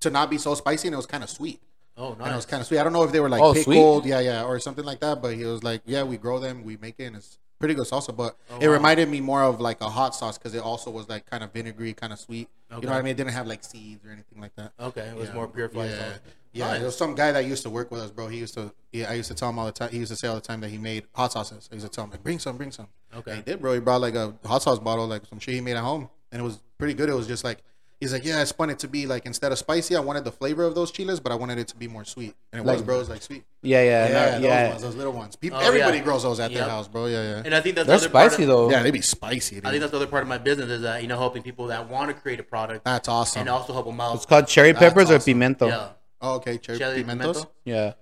[SPEAKER 2] to not be so spicy, and it was kind of sweet.
[SPEAKER 3] Oh,
[SPEAKER 2] And it was
[SPEAKER 3] nice.
[SPEAKER 2] kind of sweet. I don't know if they were like
[SPEAKER 1] Oh, sweet?
[SPEAKER 2] pickled, yeah, yeah, or something like that. But he was like, "Yeah, we grow them, we make it, and it's pretty good salsa." But
[SPEAKER 3] Oh,
[SPEAKER 2] it reminded me more of like a hot sauce because it also was like kind of vinegary, kind of sweet. You know what I mean? It didn't have like seeds or anything like that.
[SPEAKER 3] Okay, it was
[SPEAKER 2] Yeah.
[SPEAKER 3] more purified.
[SPEAKER 2] Yeah,
[SPEAKER 3] sauce.
[SPEAKER 2] yeah. There was some guy that used to work with us, bro. He used to, yeah, I used to tell him all the time. He used to say all the time that he made hot sauces. I used to tell him like, bring some, bring some.
[SPEAKER 3] Okay.
[SPEAKER 2] And he did, bro. He brought like a hot sauce bottle, like some shit he made at home, and it was pretty good. It was just like, he's like, yeah, I spun it to be like instead of spicy, I wanted the flavor of those chiles, but I wanted it to be more sweet, and it was, bro. It was like sweet.
[SPEAKER 1] Yeah, yeah,
[SPEAKER 2] Yeah,
[SPEAKER 1] no,
[SPEAKER 2] those
[SPEAKER 1] uh, yeah.
[SPEAKER 2] ones, those little ones. People,
[SPEAKER 3] Oh,
[SPEAKER 2] everybody
[SPEAKER 3] yeah.
[SPEAKER 2] grows those at
[SPEAKER 3] Yep.
[SPEAKER 2] their house, bro. Yeah, yeah.
[SPEAKER 3] And I think that's
[SPEAKER 1] They're
[SPEAKER 3] the other part
[SPEAKER 1] spicy
[SPEAKER 3] of-
[SPEAKER 1] though.
[SPEAKER 2] Yeah, they be spicy.
[SPEAKER 3] I
[SPEAKER 2] Dude.
[SPEAKER 3] think that's the other part of my business is that you know helping people that want to create a product
[SPEAKER 2] That's awesome.
[SPEAKER 3] and also help them out.
[SPEAKER 1] It's called cherry peppers or
[SPEAKER 2] awesome.
[SPEAKER 1] pimento.
[SPEAKER 3] yeah,
[SPEAKER 2] oh, okay, cherry
[SPEAKER 3] Chili
[SPEAKER 2] pimentos.
[SPEAKER 3] pimento?
[SPEAKER 1] Yeah.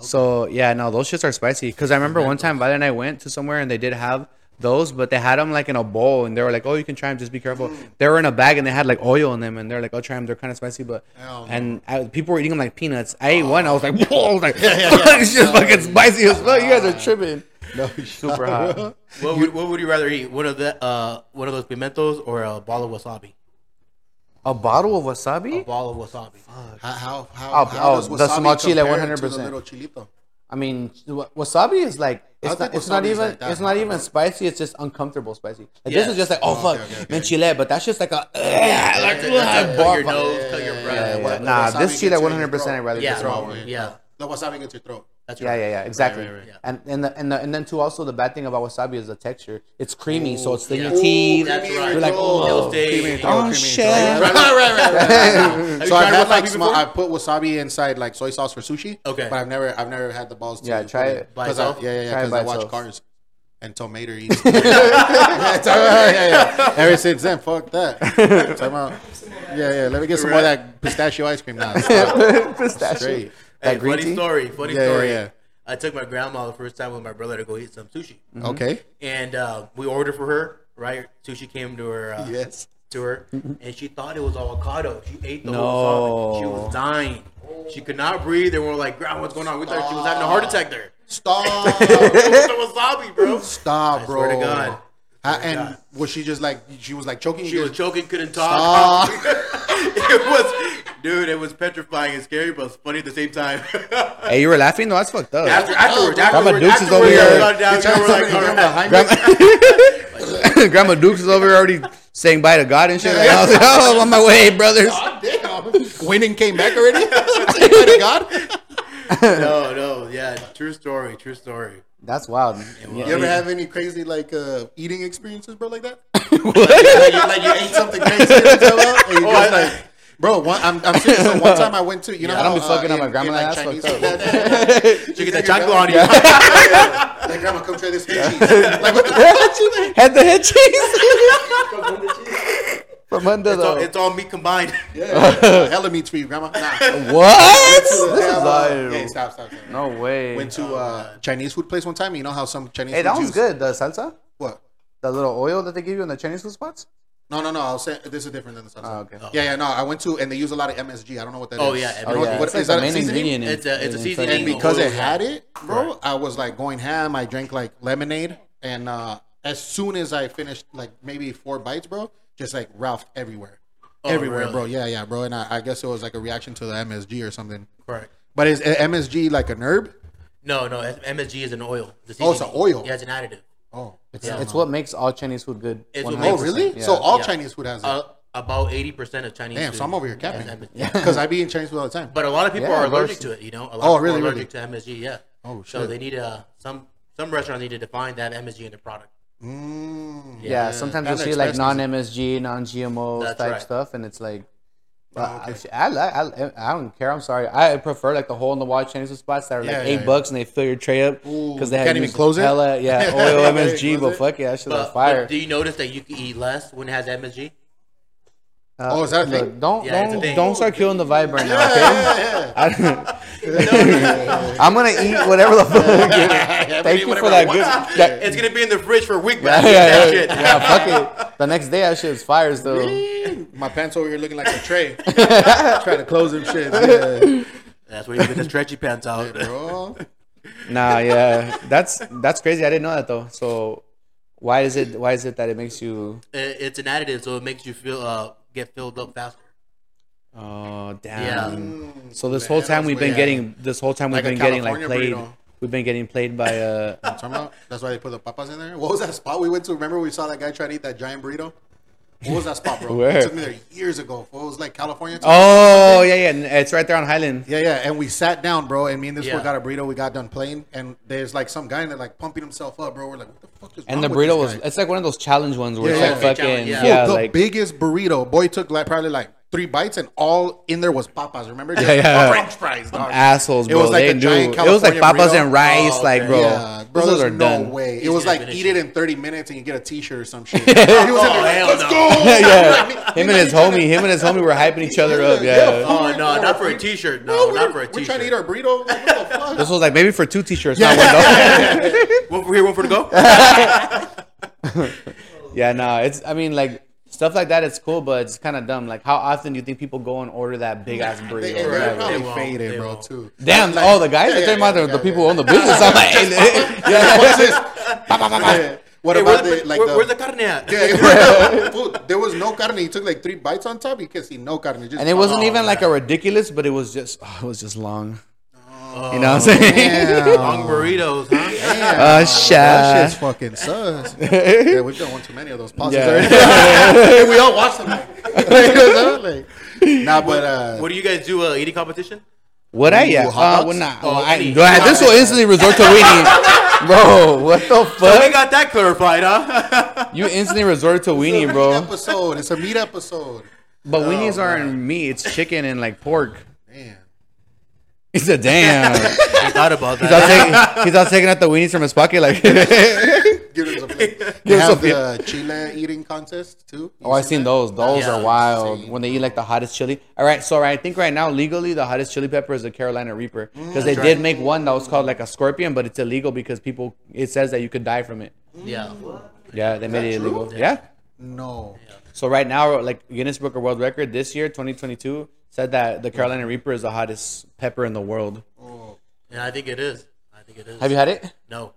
[SPEAKER 1] So yeah, no, those shits are spicy. Cause I remember one time Vale and I went to somewhere and they did have those, but they had them like in a bowl, and they were like, "Oh, you can try them, just be careful."
[SPEAKER 2] Mm.
[SPEAKER 1] They were in a bag, and they had like oil in them, and they're like, "Oh, try them, they're kind of spicy." But
[SPEAKER 2] Hell no.
[SPEAKER 1] and I, people were eating them like peanuts. I ate one, I was like, "Whoa!" I was like, "It's just fucking spicy as fuck." You guys are tripping.
[SPEAKER 2] No, super
[SPEAKER 1] hot.
[SPEAKER 3] What would, what would you rather eat? One of the uh one of those pimentos or a ball of wasabi?
[SPEAKER 1] A bottle of
[SPEAKER 3] A
[SPEAKER 1] wasabi?
[SPEAKER 3] ball of wasabi.
[SPEAKER 2] How how how,
[SPEAKER 1] Oh,
[SPEAKER 2] how
[SPEAKER 1] oh,
[SPEAKER 2] does
[SPEAKER 1] the
[SPEAKER 2] wasabi
[SPEAKER 1] small chile,
[SPEAKER 2] compare to
[SPEAKER 1] 100%.
[SPEAKER 2] the little chilito?
[SPEAKER 1] I mean, wa- wasabi is like it's
[SPEAKER 2] think
[SPEAKER 1] not, it's not
[SPEAKER 2] wasabi is
[SPEAKER 1] even
[SPEAKER 2] like that.
[SPEAKER 1] it's not even spicy. It's just uncomfortable spicy. Like, This
[SPEAKER 3] Yeah.
[SPEAKER 1] is just like oh,
[SPEAKER 2] Oh,
[SPEAKER 1] fuck,
[SPEAKER 2] okay, okay, okay.
[SPEAKER 1] menchile, but that's just like a ugh, like
[SPEAKER 3] Cut your-
[SPEAKER 1] ugh,
[SPEAKER 3] cut your
[SPEAKER 1] bar-
[SPEAKER 3] nose, cut your
[SPEAKER 2] Yeah,
[SPEAKER 3] breath.
[SPEAKER 1] Yeah, yeah,
[SPEAKER 2] Wa-
[SPEAKER 1] yeah. Nah,
[SPEAKER 2] wasabi
[SPEAKER 1] this
[SPEAKER 2] gets
[SPEAKER 1] shit I
[SPEAKER 2] you in your
[SPEAKER 1] 100% I'd
[SPEAKER 2] throat.
[SPEAKER 1] rather
[SPEAKER 3] Yeah.
[SPEAKER 1] just
[SPEAKER 3] Throw
[SPEAKER 1] throw
[SPEAKER 3] away.
[SPEAKER 1] away.
[SPEAKER 3] Yeah.
[SPEAKER 2] The wasabi gets your throat.
[SPEAKER 3] That's
[SPEAKER 1] Yeah,
[SPEAKER 3] right.
[SPEAKER 1] yeah, yeah, exactly.
[SPEAKER 2] right, right.
[SPEAKER 3] Yeah.
[SPEAKER 1] And and the, and the, and then too also the bad thing about wasabi is the texture. It's creamy, so it's in
[SPEAKER 3] yeah.
[SPEAKER 1] your teeth.
[SPEAKER 3] That's
[SPEAKER 2] Creamy
[SPEAKER 3] right.
[SPEAKER 1] You're like,
[SPEAKER 2] roll.
[SPEAKER 1] oh,
[SPEAKER 3] Those days.
[SPEAKER 2] Creamy
[SPEAKER 1] oh,
[SPEAKER 2] roll, creamy
[SPEAKER 1] shit.
[SPEAKER 2] roll. Yeah,
[SPEAKER 3] Right, right, right, right, right, right. Have you
[SPEAKER 2] So I've
[SPEAKER 3] tried
[SPEAKER 2] had like
[SPEAKER 3] wasabi
[SPEAKER 2] small.
[SPEAKER 3] before?
[SPEAKER 2] I put wasabi inside like soy sauce for sushi.
[SPEAKER 3] Okay.
[SPEAKER 2] but I've never I've never had the balls. to
[SPEAKER 1] Yeah, try
[SPEAKER 2] put
[SPEAKER 1] it.
[SPEAKER 3] By
[SPEAKER 2] 'Cause I-
[SPEAKER 3] itself?
[SPEAKER 2] Yeah, yeah, yeah.
[SPEAKER 1] Try it
[SPEAKER 2] Because
[SPEAKER 1] by
[SPEAKER 2] I watch
[SPEAKER 1] itself.
[SPEAKER 2] Cars and Tomater eats. yeah, yeah, yeah. Ever since then, fuck that. Time out. Yeah, yeah. Let me get some more of that pistachio ice cream now.
[SPEAKER 1] pistachio.
[SPEAKER 2] Straight.
[SPEAKER 1] That
[SPEAKER 3] Hey,
[SPEAKER 1] green
[SPEAKER 3] funny
[SPEAKER 1] tea?
[SPEAKER 3] story. Funny
[SPEAKER 2] Yeah, yeah,
[SPEAKER 3] story.
[SPEAKER 2] yeah.
[SPEAKER 3] I took my grandma the first time with my brother to go eat some sushi,
[SPEAKER 1] Mm-hmm.
[SPEAKER 2] Okay.
[SPEAKER 3] and uh, we ordered for her. Right, sushi came to her. Uh,
[SPEAKER 2] Yes.
[SPEAKER 3] To her, and she thought it was avocado. She ate the whole
[SPEAKER 1] No.
[SPEAKER 3] salad. She was dying. She could not breathe. They were like, "Grandma, what's going on?" We thought she was having a heart attack there.
[SPEAKER 2] Stop.
[SPEAKER 3] It was the wasabi, bro.
[SPEAKER 2] Stop,
[SPEAKER 3] I
[SPEAKER 2] bro.
[SPEAKER 3] swear to God.
[SPEAKER 2] Ha- and was she just like she was like choking?
[SPEAKER 3] She
[SPEAKER 2] you
[SPEAKER 3] was
[SPEAKER 2] guys-
[SPEAKER 3] choking, couldn't talk.
[SPEAKER 2] Stop.
[SPEAKER 3] it was, dude. It was petrifying and scary, but it's funny at the same time.
[SPEAKER 1] Hey, you were laughing? No, that's fucked up.
[SPEAKER 3] After,
[SPEAKER 2] Oh,
[SPEAKER 3] afterwards, afterwards,
[SPEAKER 1] Dukes is
[SPEAKER 3] afterwards,
[SPEAKER 1] over
[SPEAKER 3] we
[SPEAKER 1] here.
[SPEAKER 3] got down, we were like, all right.
[SPEAKER 1] Grandma, Grandma Dukes is over here already saying bye to God and shit. Like, I was like, oh, I'm on my way, brothers.
[SPEAKER 2] Damn. Winning came back already. Swear to God.
[SPEAKER 3] no, no, yeah, true story, true story.
[SPEAKER 1] That's wild.
[SPEAKER 2] You ever have any crazy like uh, eating experiences, bro, like that?
[SPEAKER 1] What?
[SPEAKER 2] like, you, like you ate something crazy, you know, and you
[SPEAKER 3] Oh,
[SPEAKER 2] just
[SPEAKER 3] I-
[SPEAKER 2] like, bro. One, I'm, I'm serious. So one time I went to, you know,
[SPEAKER 1] I don't be
[SPEAKER 2] how,
[SPEAKER 1] fucking
[SPEAKER 2] uh,
[SPEAKER 1] up my
[SPEAKER 2] in-
[SPEAKER 1] grandma
[SPEAKER 2] in,
[SPEAKER 1] like that, that's
[SPEAKER 2] Chinese-
[SPEAKER 3] She get that
[SPEAKER 2] your
[SPEAKER 3] chocolate on you.
[SPEAKER 1] grandma-
[SPEAKER 2] Like, grandma, come try this cheese. Like, what the-
[SPEAKER 1] Head to head cheese. From under
[SPEAKER 3] It's, all,
[SPEAKER 1] the.
[SPEAKER 3] it's all meat combined.
[SPEAKER 2] yeah. hella meats for you, grandma. Nah.
[SPEAKER 1] What? This
[SPEAKER 2] Yeah,
[SPEAKER 1] is
[SPEAKER 2] uh, yeah,
[SPEAKER 1] wild.
[SPEAKER 2] stop, stop, stop.
[SPEAKER 1] No way.
[SPEAKER 2] Went to uh, Chinese food place one time. You know how some Chinese
[SPEAKER 1] Hey,
[SPEAKER 2] food
[SPEAKER 1] that one's
[SPEAKER 2] use-
[SPEAKER 1] good. The salsa,
[SPEAKER 2] What?
[SPEAKER 1] the little oil that they give you in the Chinese food spots.
[SPEAKER 2] No, no, no. I'll say this is different than the salsa.
[SPEAKER 1] Oh, okay.
[SPEAKER 2] Yeah, yeah. No, I went to and they use a lot of MSG. I don't know what that is.
[SPEAKER 3] Oh, yeah,
[SPEAKER 2] You know
[SPEAKER 3] Oh,
[SPEAKER 2] what-
[SPEAKER 3] yeah.
[SPEAKER 2] what-
[SPEAKER 1] It's
[SPEAKER 2] is
[SPEAKER 1] like
[SPEAKER 2] that
[SPEAKER 1] the main
[SPEAKER 2] seasoning?
[SPEAKER 1] ingredient. in-
[SPEAKER 3] It's a- it's a
[SPEAKER 1] in
[SPEAKER 3] seasoning.
[SPEAKER 1] fucking-
[SPEAKER 2] And because
[SPEAKER 3] oil,
[SPEAKER 2] it had it, bro,
[SPEAKER 3] Right.
[SPEAKER 2] I was like going ham. I drank like lemonade, and uh, as soon as I finished like maybe four bites, bro, just like Ralph everywhere, everywhere,
[SPEAKER 3] really?
[SPEAKER 2] bro. Yeah, yeah, bro. And I, I guess it was like a reaction to the MSG or something.
[SPEAKER 3] Right.
[SPEAKER 2] But is uh, MSG like an herb?
[SPEAKER 3] No, no, it's- MSG is an oil. The
[SPEAKER 2] Oh, it's
[SPEAKER 3] seasoning.
[SPEAKER 2] an oil.
[SPEAKER 3] Yeah, it's an additive.
[SPEAKER 2] Oh, it's
[SPEAKER 1] It's what makes all Chinese food good.
[SPEAKER 3] It's what
[SPEAKER 1] 100%.
[SPEAKER 2] oh really?
[SPEAKER 1] Yeah.
[SPEAKER 2] So all
[SPEAKER 3] Yeah.
[SPEAKER 2] Chinese food has it.
[SPEAKER 3] Uh, about eighty percent of Chinese.
[SPEAKER 2] Damn,
[SPEAKER 3] food
[SPEAKER 2] so I'm over here
[SPEAKER 3] has
[SPEAKER 2] capping
[SPEAKER 3] MSG.
[SPEAKER 2] because I be in Chinese food all the time.
[SPEAKER 3] But a lot of people
[SPEAKER 1] Yeah,
[SPEAKER 3] are
[SPEAKER 1] of course.
[SPEAKER 3] allergic to it. You know, a lot
[SPEAKER 2] Oh,
[SPEAKER 3] of people
[SPEAKER 2] really,
[SPEAKER 3] are
[SPEAKER 2] really?
[SPEAKER 3] allergic to MSG. Yeah.
[SPEAKER 2] Oh,
[SPEAKER 3] So
[SPEAKER 2] shit.
[SPEAKER 3] they need uh, some some restaurants need to define that MSG in the product.
[SPEAKER 2] Mm.
[SPEAKER 1] Yeah, sometimes you'll
[SPEAKER 2] Kinda
[SPEAKER 1] see like
[SPEAKER 2] expresses
[SPEAKER 1] non
[SPEAKER 2] it.
[SPEAKER 1] MSG, non GMO
[SPEAKER 3] That's
[SPEAKER 1] type
[SPEAKER 3] right.
[SPEAKER 1] stuff, and it's like,
[SPEAKER 2] Oh,
[SPEAKER 1] uh, I, like I, I don't care. I'm sorry. I prefer like the hole in the wall Chinese food spots that are like
[SPEAKER 2] Yeah, yeah,
[SPEAKER 1] eight
[SPEAKER 2] yeah.
[SPEAKER 1] bucks and they fill your tray up
[SPEAKER 2] Ooh,
[SPEAKER 1] because they
[SPEAKER 2] you
[SPEAKER 1] have
[SPEAKER 2] can't even
[SPEAKER 1] used
[SPEAKER 2] close it?
[SPEAKER 1] hella, yeah,
[SPEAKER 2] You
[SPEAKER 1] oil
[SPEAKER 2] can't even
[SPEAKER 1] MSG,
[SPEAKER 2] close
[SPEAKER 1] but
[SPEAKER 2] it?
[SPEAKER 1] fuck yeah, that shit
[SPEAKER 3] But,
[SPEAKER 1] was
[SPEAKER 3] but
[SPEAKER 1] fire.
[SPEAKER 3] do you notice that you can eat less when it has MSG?
[SPEAKER 1] Uh,
[SPEAKER 2] Oh, is that a
[SPEAKER 1] look,
[SPEAKER 2] thing?
[SPEAKER 1] Don't
[SPEAKER 3] Yeah, it's a
[SPEAKER 1] don't
[SPEAKER 3] thing.
[SPEAKER 1] don't start killing the vibe right now. Okay?
[SPEAKER 2] Yeah,
[SPEAKER 1] I don't- I'm gonna eat whatever the fuck. I
[SPEAKER 2] yeah,
[SPEAKER 1] get.
[SPEAKER 2] yeah. Yeah,
[SPEAKER 1] Thank
[SPEAKER 2] maybe
[SPEAKER 1] you for
[SPEAKER 2] whatever I
[SPEAKER 1] that
[SPEAKER 2] want.
[SPEAKER 1] good. That,
[SPEAKER 3] It's gonna be in the fridge for a week.
[SPEAKER 1] yeah,
[SPEAKER 3] man.
[SPEAKER 1] yeah,
[SPEAKER 3] That
[SPEAKER 1] yeah,
[SPEAKER 3] shit.
[SPEAKER 1] yeah, fuck it. The next day, that shit is fire still.
[SPEAKER 2] My pants over here looking like a tray. Trying to close them shits.
[SPEAKER 3] That's where you get the stretchy pants out.
[SPEAKER 2] Yeah, bro.
[SPEAKER 1] Nah, yeah, that's that's crazy. I didn't know that though. So why is it why is it that it makes you?
[SPEAKER 3] It- it's an additive, so it makes you feel uh, get filled up
[SPEAKER 1] Uh,
[SPEAKER 3] faster.
[SPEAKER 1] Oh
[SPEAKER 3] Yeah.
[SPEAKER 1] damn! So this whole
[SPEAKER 2] Man,
[SPEAKER 1] time
[SPEAKER 2] that's
[SPEAKER 1] we've been
[SPEAKER 2] weird.
[SPEAKER 1] getting this whole time we've
[SPEAKER 2] Like a
[SPEAKER 1] been getting like
[SPEAKER 2] California
[SPEAKER 1] played.
[SPEAKER 2] burrito.
[SPEAKER 1] We've been getting played by uh
[SPEAKER 2] Talking about- That's why they put the papas in there. What was that spot we went to? Remember we saw that guy trying to eat that giant burrito? What was that spot, bro?
[SPEAKER 1] Where?
[SPEAKER 2] It took me there years ago. It was like California.
[SPEAKER 1] oh yeah yeah it's right there on Highland.
[SPEAKER 2] Yeah, yeah. And we sat down, bro. And me and this
[SPEAKER 3] Yeah.
[SPEAKER 2] fool got a burrito. We got done playing, and there's like some guy in there like pumping himself up, bro. We're like, what the fuck is
[SPEAKER 1] And the
[SPEAKER 2] wrong with
[SPEAKER 1] burrito
[SPEAKER 2] this
[SPEAKER 1] was
[SPEAKER 2] guy?
[SPEAKER 1] it's like one of those challenge ones where
[SPEAKER 2] Yeah.
[SPEAKER 1] it's like fucking
[SPEAKER 3] Challenge,
[SPEAKER 1] yeah,
[SPEAKER 3] yeah.
[SPEAKER 2] the
[SPEAKER 1] like
[SPEAKER 2] biggest burrito. Boy took like probably like three bites, and all in there was papas. Remember? Just
[SPEAKER 3] Oh,
[SPEAKER 1] yeah.
[SPEAKER 2] French fries, dog.
[SPEAKER 1] assholes.
[SPEAKER 2] It
[SPEAKER 1] Bro.
[SPEAKER 2] was like
[SPEAKER 1] they
[SPEAKER 2] a
[SPEAKER 1] knew.
[SPEAKER 2] giant
[SPEAKER 1] It was like
[SPEAKER 2] California
[SPEAKER 1] papas
[SPEAKER 2] burrito.
[SPEAKER 1] and rice,
[SPEAKER 3] Oh,
[SPEAKER 1] like
[SPEAKER 3] okay.
[SPEAKER 1] bro.
[SPEAKER 2] Yeah, bro,
[SPEAKER 1] those
[SPEAKER 2] there's
[SPEAKER 1] are
[SPEAKER 2] no
[SPEAKER 1] done.
[SPEAKER 2] way. It
[SPEAKER 3] He's
[SPEAKER 2] was
[SPEAKER 3] gonna
[SPEAKER 2] like
[SPEAKER 3] finish
[SPEAKER 2] eat
[SPEAKER 3] it.
[SPEAKER 2] it in 30 minutes and you get a T-shirt or some shit. He was in there
[SPEAKER 3] Oh,
[SPEAKER 2] like,
[SPEAKER 3] hell
[SPEAKER 2] "Let's
[SPEAKER 3] no."
[SPEAKER 2] go!"
[SPEAKER 1] yeah, him and his homie, him and his homie were hyping each other up. Yeah.
[SPEAKER 3] Oh no, not for a T-shirt. No,
[SPEAKER 2] We're-
[SPEAKER 3] Oh, not for a
[SPEAKER 2] We're trying to eat
[SPEAKER 3] T-shirt.
[SPEAKER 2] our burrito. Like, what the fuck?
[SPEAKER 1] This was like maybe for two t-shirts, not one. though.
[SPEAKER 3] One for here, one for the go.
[SPEAKER 1] yeah, no, it's. I mean, like stuff like that. It's cool, but it's kind of dumb. Like, how often do you think people go and order that big ass burrito?
[SPEAKER 2] They,
[SPEAKER 1] or
[SPEAKER 2] are
[SPEAKER 1] whatever?
[SPEAKER 2] probably
[SPEAKER 3] They won't.
[SPEAKER 2] faded,
[SPEAKER 3] They
[SPEAKER 2] bro.
[SPEAKER 3] won't.
[SPEAKER 2] Too.
[SPEAKER 1] Damn!
[SPEAKER 2] Like-
[SPEAKER 1] oh, the guys
[SPEAKER 2] Yeah,
[SPEAKER 1] are talking
[SPEAKER 2] yeah,
[SPEAKER 1] about the,
[SPEAKER 2] yeah,
[SPEAKER 1] the
[SPEAKER 2] yeah,
[SPEAKER 1] people
[SPEAKER 2] yeah.
[SPEAKER 1] who own the business. I'm like, yeah,
[SPEAKER 2] What's this? Ba, ba, ba, ba. What
[SPEAKER 3] Hey,
[SPEAKER 2] about
[SPEAKER 3] where's
[SPEAKER 2] the,
[SPEAKER 3] the,
[SPEAKER 2] like
[SPEAKER 3] where-
[SPEAKER 2] the,
[SPEAKER 3] where's the carne at?
[SPEAKER 2] Yeah, yeah. Food, there was no carne. He took like three bites on top. You can see no carne. Just
[SPEAKER 1] and it wasn't
[SPEAKER 3] Oh,
[SPEAKER 1] even like
[SPEAKER 3] yeah.
[SPEAKER 1] a ridiculous, but it was just oh, it was just long.
[SPEAKER 2] Oh,
[SPEAKER 1] you know what I'm saying?
[SPEAKER 2] Damn.
[SPEAKER 3] Long burritos, huh?
[SPEAKER 2] Damn.
[SPEAKER 1] Oh,
[SPEAKER 2] that
[SPEAKER 1] shit.
[SPEAKER 2] shit's fucking sus. yeah, we've done one too many of those pauses
[SPEAKER 1] Yeah.
[SPEAKER 2] already. And we all watched them. Like, nah, but uh,
[SPEAKER 3] What do you guys do? Uh, eating competition?
[SPEAKER 1] What I yeah?
[SPEAKER 2] Ooh, hot
[SPEAKER 1] Uh,
[SPEAKER 2] dogs?
[SPEAKER 1] well, nah.
[SPEAKER 3] Oh,
[SPEAKER 1] well, I,
[SPEAKER 3] Winnie.
[SPEAKER 1] do I, this will instantly resort to weenie, bro. What the
[SPEAKER 3] So we
[SPEAKER 1] fuck?
[SPEAKER 3] got that clarified, huh?
[SPEAKER 1] You instantly resort to weenie,
[SPEAKER 2] meat
[SPEAKER 1] bro.
[SPEAKER 2] episode. It's a meat episode.
[SPEAKER 1] But weenies aren't meat; it's chicken and like pork.
[SPEAKER 2] Damn.
[SPEAKER 1] He's a damn. he's,
[SPEAKER 3] I thought about
[SPEAKER 1] all
[SPEAKER 3] that.
[SPEAKER 1] taking, he's all taking out the weenies from his pocket, like.
[SPEAKER 2] Give us a plate. They
[SPEAKER 1] Give us
[SPEAKER 2] have
[SPEAKER 1] a
[SPEAKER 2] the Chile eating contest too.
[SPEAKER 1] Oh, I've seen those. Those
[SPEAKER 3] Yeah.
[SPEAKER 1] are wild
[SPEAKER 2] Seen.
[SPEAKER 1] when they eat like the hottest chili. All right, so I think right now legally the hottest chili pepper is the Carolina Reaper because they did make one that was called like a scorpion, but it's illegal because people it says that you could die from it.
[SPEAKER 3] yeah.
[SPEAKER 1] Yeah, they made it
[SPEAKER 2] true?
[SPEAKER 1] illegal. Yeah.
[SPEAKER 2] No.
[SPEAKER 1] So right now, like Guinness Book of World Record this year, 2022, said that the Carolina Reaper is the hottest pepper in the world.
[SPEAKER 2] Oh.
[SPEAKER 3] And I think it is. I think it is.
[SPEAKER 1] Have you had it?
[SPEAKER 3] No.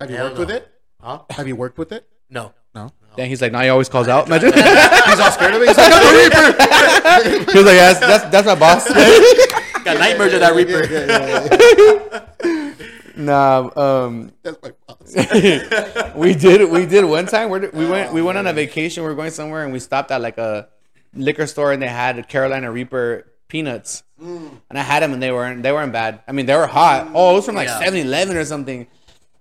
[SPEAKER 2] Have you
[SPEAKER 3] Hell
[SPEAKER 2] worked with
[SPEAKER 3] no.
[SPEAKER 2] it?
[SPEAKER 3] Huh?
[SPEAKER 2] Have you worked with it?
[SPEAKER 3] No.
[SPEAKER 2] No.
[SPEAKER 1] Then he's like, now he always calls out. Imagine. he
[SPEAKER 2] He's all scared of it. He's like, "No, the Reaper."
[SPEAKER 1] was like, that's that's, that's my boss.
[SPEAKER 3] Got nightmares of that reaper.
[SPEAKER 2] Yeah, yeah, yeah, yeah.
[SPEAKER 1] nah. Um.
[SPEAKER 2] That's "Oh, my boss.
[SPEAKER 1] we did we did one time where did- we went we went on a vacation we were going somewhere and we stopped at like a liquor store and they had carolina reaper peanuts
[SPEAKER 2] Mm.
[SPEAKER 1] and i had them and they weren't they weren't bad i mean they were hot oh it was from like
[SPEAKER 3] Yeah.
[SPEAKER 1] 7-eleven or something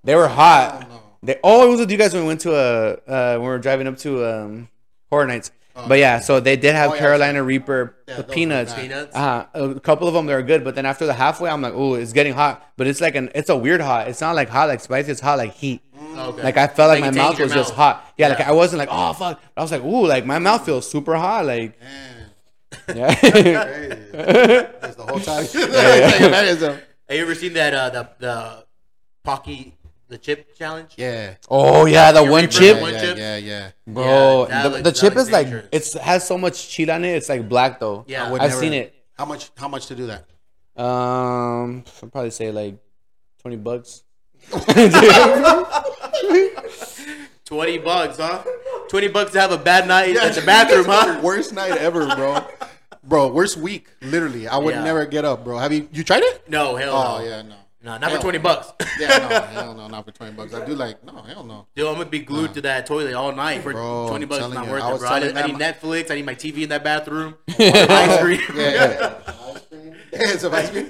[SPEAKER 1] they were hot they oh it was with you guys when we went to a uh when we were driving up to um horror nights but yeah, so they did have
[SPEAKER 2] Oh, yeah,
[SPEAKER 1] Carolina Reaper
[SPEAKER 2] those were
[SPEAKER 1] peanuts.
[SPEAKER 2] bad.
[SPEAKER 3] Peanuts?
[SPEAKER 1] Uh, a couple of them they're good, but then after the halfway, I'm like, oh, it's getting hot. But it's like an, it's a weird hot. It's not like hot like spicy. It's hot like heat.
[SPEAKER 3] Okay.
[SPEAKER 1] Like I felt like,
[SPEAKER 3] Mm. it
[SPEAKER 1] my mouth
[SPEAKER 3] tastes your
[SPEAKER 1] was just hot. Yeah, like I wasn't like, oh fuck. I was like, ooh, like my mouth feels super hot. Like,
[SPEAKER 2] Man,
[SPEAKER 1] yeah.
[SPEAKER 2] crazy. That's the whole time. It's like, imagine some-
[SPEAKER 3] Have you ever seen that uh, the the Pocky the chip challenge?
[SPEAKER 2] Yeah.
[SPEAKER 1] oh yeah, the one
[SPEAKER 3] Reaper,
[SPEAKER 1] chip,
[SPEAKER 3] one
[SPEAKER 2] yeah,
[SPEAKER 3] chip?
[SPEAKER 2] yeah, yeah.
[SPEAKER 1] bro.
[SPEAKER 3] that
[SPEAKER 1] the
[SPEAKER 3] looks-
[SPEAKER 1] the
[SPEAKER 3] that
[SPEAKER 1] chip
[SPEAKER 3] looks
[SPEAKER 1] is like
[SPEAKER 3] dangerous.
[SPEAKER 1] it's has so much cheat on it. It's like black though.
[SPEAKER 3] Yeah. I
[SPEAKER 1] I've
[SPEAKER 3] would
[SPEAKER 2] never-
[SPEAKER 1] seen it.
[SPEAKER 2] How much? How much to do that?
[SPEAKER 1] Um, I'd probably say like twenty bucks.
[SPEAKER 3] Twenty bucks, huh? Twenty bucks to have a bad night at the
[SPEAKER 2] That's
[SPEAKER 3] bathroom,
[SPEAKER 2] the
[SPEAKER 3] huh?
[SPEAKER 2] Worst night ever, bro. Bro, worst week. Literally, I would
[SPEAKER 3] Yeah.
[SPEAKER 2] never get up, bro. Have you? You tried it?
[SPEAKER 3] No, hell
[SPEAKER 2] Oh
[SPEAKER 3] no.
[SPEAKER 2] yeah, no.
[SPEAKER 3] No, not
[SPEAKER 2] Hell
[SPEAKER 3] for twenty bucks.
[SPEAKER 2] Yeah, no, hell no, not for twenty bucks. I do like no, hell no.
[SPEAKER 3] Dude, I'm gonna be glued to that toilet all night for
[SPEAKER 2] Bro,
[SPEAKER 3] twenty
[SPEAKER 2] I'm
[SPEAKER 3] bucks. It's
[SPEAKER 2] telling
[SPEAKER 3] not
[SPEAKER 2] you,
[SPEAKER 3] worth
[SPEAKER 2] I
[SPEAKER 3] it,
[SPEAKER 2] was
[SPEAKER 3] bro. I,
[SPEAKER 2] telling
[SPEAKER 3] I need
[SPEAKER 2] them-
[SPEAKER 3] Netflix. I need my TV in that bathroom. ice cream.
[SPEAKER 2] Yeah, yeah. yeah. so ice cream.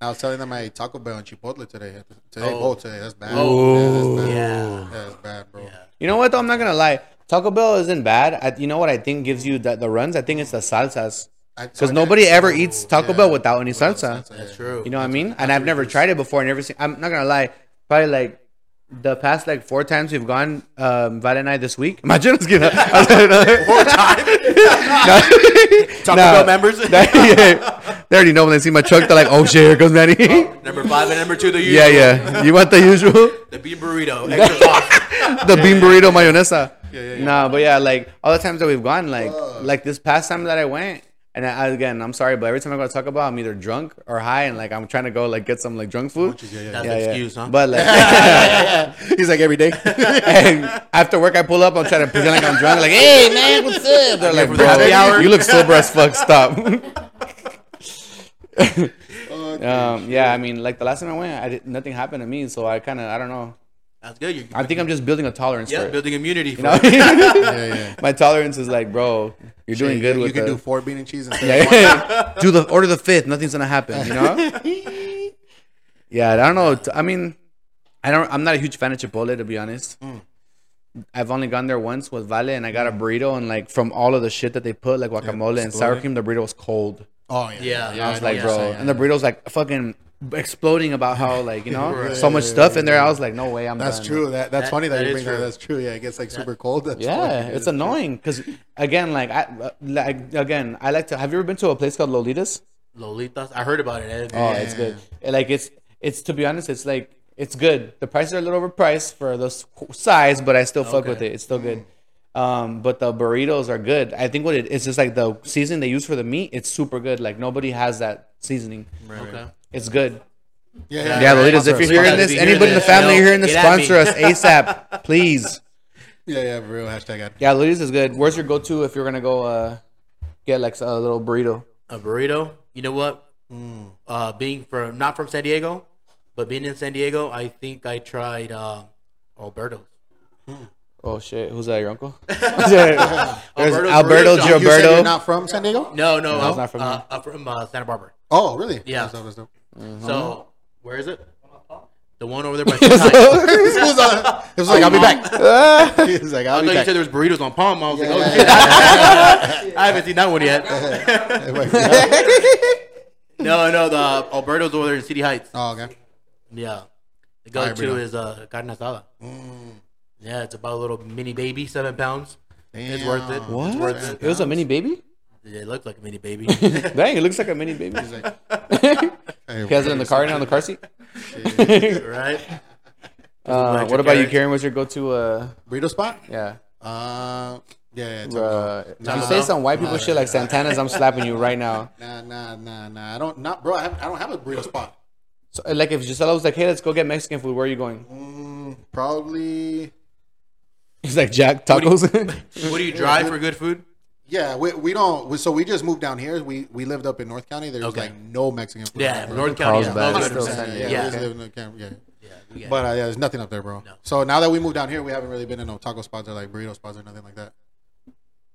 [SPEAKER 2] I was telling them I ate Taco Bell and Chipotle today. Today,
[SPEAKER 3] Oh.
[SPEAKER 2] both today. That's bad.
[SPEAKER 3] Oh.
[SPEAKER 2] yeah, that's bad.
[SPEAKER 3] Yeah.
[SPEAKER 2] Yeah, that's bad, bro.
[SPEAKER 1] You know what though? I'm not gonna lie. Taco Bell isn't bad. I, you know what I think gives you the, the runs? I think it's the salsas.
[SPEAKER 2] I-
[SPEAKER 1] Because
[SPEAKER 2] I-
[SPEAKER 1] nobody ever eats Taco
[SPEAKER 2] yeah.
[SPEAKER 1] Bell without any
[SPEAKER 2] Without
[SPEAKER 1] salsa.
[SPEAKER 2] salsa,
[SPEAKER 3] That's
[SPEAKER 2] yeah.
[SPEAKER 3] true.
[SPEAKER 1] You know what I mean? And I've never tried it before. And every seen, I'm not gonna lie, probably like the past like four times we've gone um, Vale and I this week. Imagine us giving four times.
[SPEAKER 3] Taco Bell members?
[SPEAKER 1] they already know when they see my truck. They're like, "Oh shit, here comes Manny."
[SPEAKER 3] number five and number two, the usual.
[SPEAKER 1] yeah, yeah. You want the usual?
[SPEAKER 3] The bean burrito, extra sauce.
[SPEAKER 1] the bean burrito mayonesa. Nah, but yeah, like all the times that we've gone, like like this past time that I went, and I, I- again, I'm sorry, but every time I go to Taco Bell, I'm either drunk or high, and like I'm trying to go like get some like drunk food.
[SPEAKER 3] That's
[SPEAKER 1] Yeah,
[SPEAKER 3] an
[SPEAKER 1] yeah.
[SPEAKER 3] excuse, huh?
[SPEAKER 1] But like,
[SPEAKER 2] He's like every day.
[SPEAKER 1] and after work, I pull up, I'm trying to pretend like I'm drunk, like, hey man, what's up? They're like,
[SPEAKER 3] for the happy
[SPEAKER 1] bro,
[SPEAKER 3] hour."
[SPEAKER 1] you look sober as fuck. Stop. um, yeah, I mean, like the last time I went, I did, nothing happened to me, so I kind of, I don't know.
[SPEAKER 3] That's good. You,
[SPEAKER 1] I think I'm just building a tolerance
[SPEAKER 3] yeah,
[SPEAKER 1] for it.
[SPEAKER 3] building immunity. For
[SPEAKER 1] You know?
[SPEAKER 3] it.
[SPEAKER 2] yeah, yeah.
[SPEAKER 1] my tolerance is like, bro, you're doing good
[SPEAKER 2] you,
[SPEAKER 1] with
[SPEAKER 2] you can
[SPEAKER 1] the-
[SPEAKER 2] do four bean and cheese instead of one.
[SPEAKER 1] Yeah. do the order the fifth. Nothing's gonna happen. You know. yeah, I don't know. T- I mean, I don't. I'm not a huge fan of Chipotle to be honest. I've only gone there once with Vale, and I got a burrito, and like from all of the shit that they put, like guacamole and sour cream, the burrito was cold.
[SPEAKER 2] Oh yeah,
[SPEAKER 3] Yeah,
[SPEAKER 2] yeah.
[SPEAKER 3] I
[SPEAKER 1] I
[SPEAKER 3] was
[SPEAKER 1] was like,
[SPEAKER 3] yeah,
[SPEAKER 1] bro,
[SPEAKER 3] yeah,
[SPEAKER 1] and the burrito's like fucking exploding about how like you know so much stuff in there. I was like, no way, I'm.
[SPEAKER 2] That's
[SPEAKER 1] done.
[SPEAKER 2] true. That that's
[SPEAKER 3] That-
[SPEAKER 2] funny that,
[SPEAKER 3] that
[SPEAKER 2] you
[SPEAKER 3] is
[SPEAKER 2] bring that.
[SPEAKER 3] true.
[SPEAKER 2] That's true. Yeah, it gets like super cold. That's
[SPEAKER 1] Yeah,
[SPEAKER 2] funny.
[SPEAKER 1] it's annoying because again, like I like again, I like to. Have you ever been to a place called Lolitas?
[SPEAKER 3] Lolitas. I heard about it. eh?
[SPEAKER 1] Oh, it's good. Like it's it's to be honest, it's like It's good. The prices are a little overpriced for those size, but I still fuck
[SPEAKER 3] Okay.
[SPEAKER 1] with it. It's still good. Um, but the burritos are good. I think what it is just like the seasoning they use for the meat. It's super good. Like nobody has that seasoning.
[SPEAKER 3] Okay.
[SPEAKER 1] It's good.
[SPEAKER 2] Yeah,
[SPEAKER 1] Yeah, Lolitas, if
[SPEAKER 3] Sponsor
[SPEAKER 1] you're
[SPEAKER 3] us.
[SPEAKER 1] hearing
[SPEAKER 3] Sponsor us.
[SPEAKER 1] this,
[SPEAKER 3] If you're
[SPEAKER 1] anybody in the
[SPEAKER 3] hearing
[SPEAKER 1] family
[SPEAKER 3] this,
[SPEAKER 1] you're hearing this,
[SPEAKER 3] get at me.
[SPEAKER 1] sponsor us ASAP, please.
[SPEAKER 2] yeah, yeah, for real. Hashtag ad.
[SPEAKER 1] Yeah, Lolitas is good. Where's your go-to if you're gonna go uh, get like a little burrito?
[SPEAKER 3] a burrito. You know what? Uh, being from not from San Diego, but being in San Diego, I think I tried uh, Alberto's.
[SPEAKER 1] Oh shit, who's that? Your uncle? There's
[SPEAKER 3] Alberto
[SPEAKER 1] Alberto
[SPEAKER 3] Burrito.
[SPEAKER 2] You said you're
[SPEAKER 1] Gilberto.
[SPEAKER 2] not from San Diego?
[SPEAKER 3] No, no,
[SPEAKER 1] I
[SPEAKER 3] I'm
[SPEAKER 1] was not from
[SPEAKER 3] uh,
[SPEAKER 1] there.
[SPEAKER 3] I'm from uh, Santa Barbara.
[SPEAKER 2] Oh, really?
[SPEAKER 3] Yeah.
[SPEAKER 2] That's dope, that's dope.
[SPEAKER 3] So where is it? The one over there by Sutai.
[SPEAKER 2] This fool's on- this was like, I'll be back. He's like, I'll
[SPEAKER 3] I
[SPEAKER 2] be
[SPEAKER 3] thought you
[SPEAKER 2] back.
[SPEAKER 3] said there was burritos on Palm. I was like, oh
[SPEAKER 2] Yeah.
[SPEAKER 3] shit. I haven't seen that one yet. No, no, the Alberto's over there in City Heights.
[SPEAKER 2] Oh, okay.
[SPEAKER 3] Yeah. The
[SPEAKER 2] All
[SPEAKER 3] go
[SPEAKER 2] right, bring
[SPEAKER 3] to
[SPEAKER 2] it on.
[SPEAKER 3] is uh, carne asada.
[SPEAKER 1] Mm.
[SPEAKER 3] Yeah, it's about a little mini baby, seven pounds. It's worth it.
[SPEAKER 2] Damn.
[SPEAKER 1] What?
[SPEAKER 3] It's worth it.
[SPEAKER 1] It was a mini baby.
[SPEAKER 3] It looked like a mini baby.
[SPEAKER 1] Dang, it looks like a mini baby.
[SPEAKER 2] He's like, hey,
[SPEAKER 1] He has it in the car now, on the car seat.
[SPEAKER 3] right?
[SPEAKER 1] Uh, what about you, Karen? What's your go-to? Uh,
[SPEAKER 2] burrito spot?
[SPEAKER 1] yeah.
[SPEAKER 2] Uh, yeah, yeah. Taco
[SPEAKER 1] Bruh, if you say some white people shit like Santana's, I'm slapping you right now.
[SPEAKER 2] Bell. Nah, nah, nah, nah. I don't, not, bro. I, have, I don't have a burrito spot.
[SPEAKER 1] So, like if Gisela was like, "Hey, let's go get Mexican food. Where are you going?"
[SPEAKER 2] Mm, probably.
[SPEAKER 1] He's like, "Jack tacos."
[SPEAKER 3] What do you drive for good food?
[SPEAKER 2] Yeah, we, we don't. We, so we just moved down here. We we lived up in North County. There's
[SPEAKER 3] Okay.
[SPEAKER 2] like no Mexican food.
[SPEAKER 3] Yeah,
[SPEAKER 2] bro.
[SPEAKER 3] North County. Yeah,
[SPEAKER 1] Carlsbad.
[SPEAKER 3] no
[SPEAKER 2] Yeah,
[SPEAKER 3] good.
[SPEAKER 1] Still
[SPEAKER 2] yeah,
[SPEAKER 1] Sunday.
[SPEAKER 2] yeah,
[SPEAKER 3] Yeah.
[SPEAKER 2] we just live in North County, yeah.
[SPEAKER 3] Yeah, we get it.
[SPEAKER 2] But uh, yeah, there's nothing up there, bro. So now that we moved down here, we haven't really been in no taco spots or like burrito spots or nothing like that.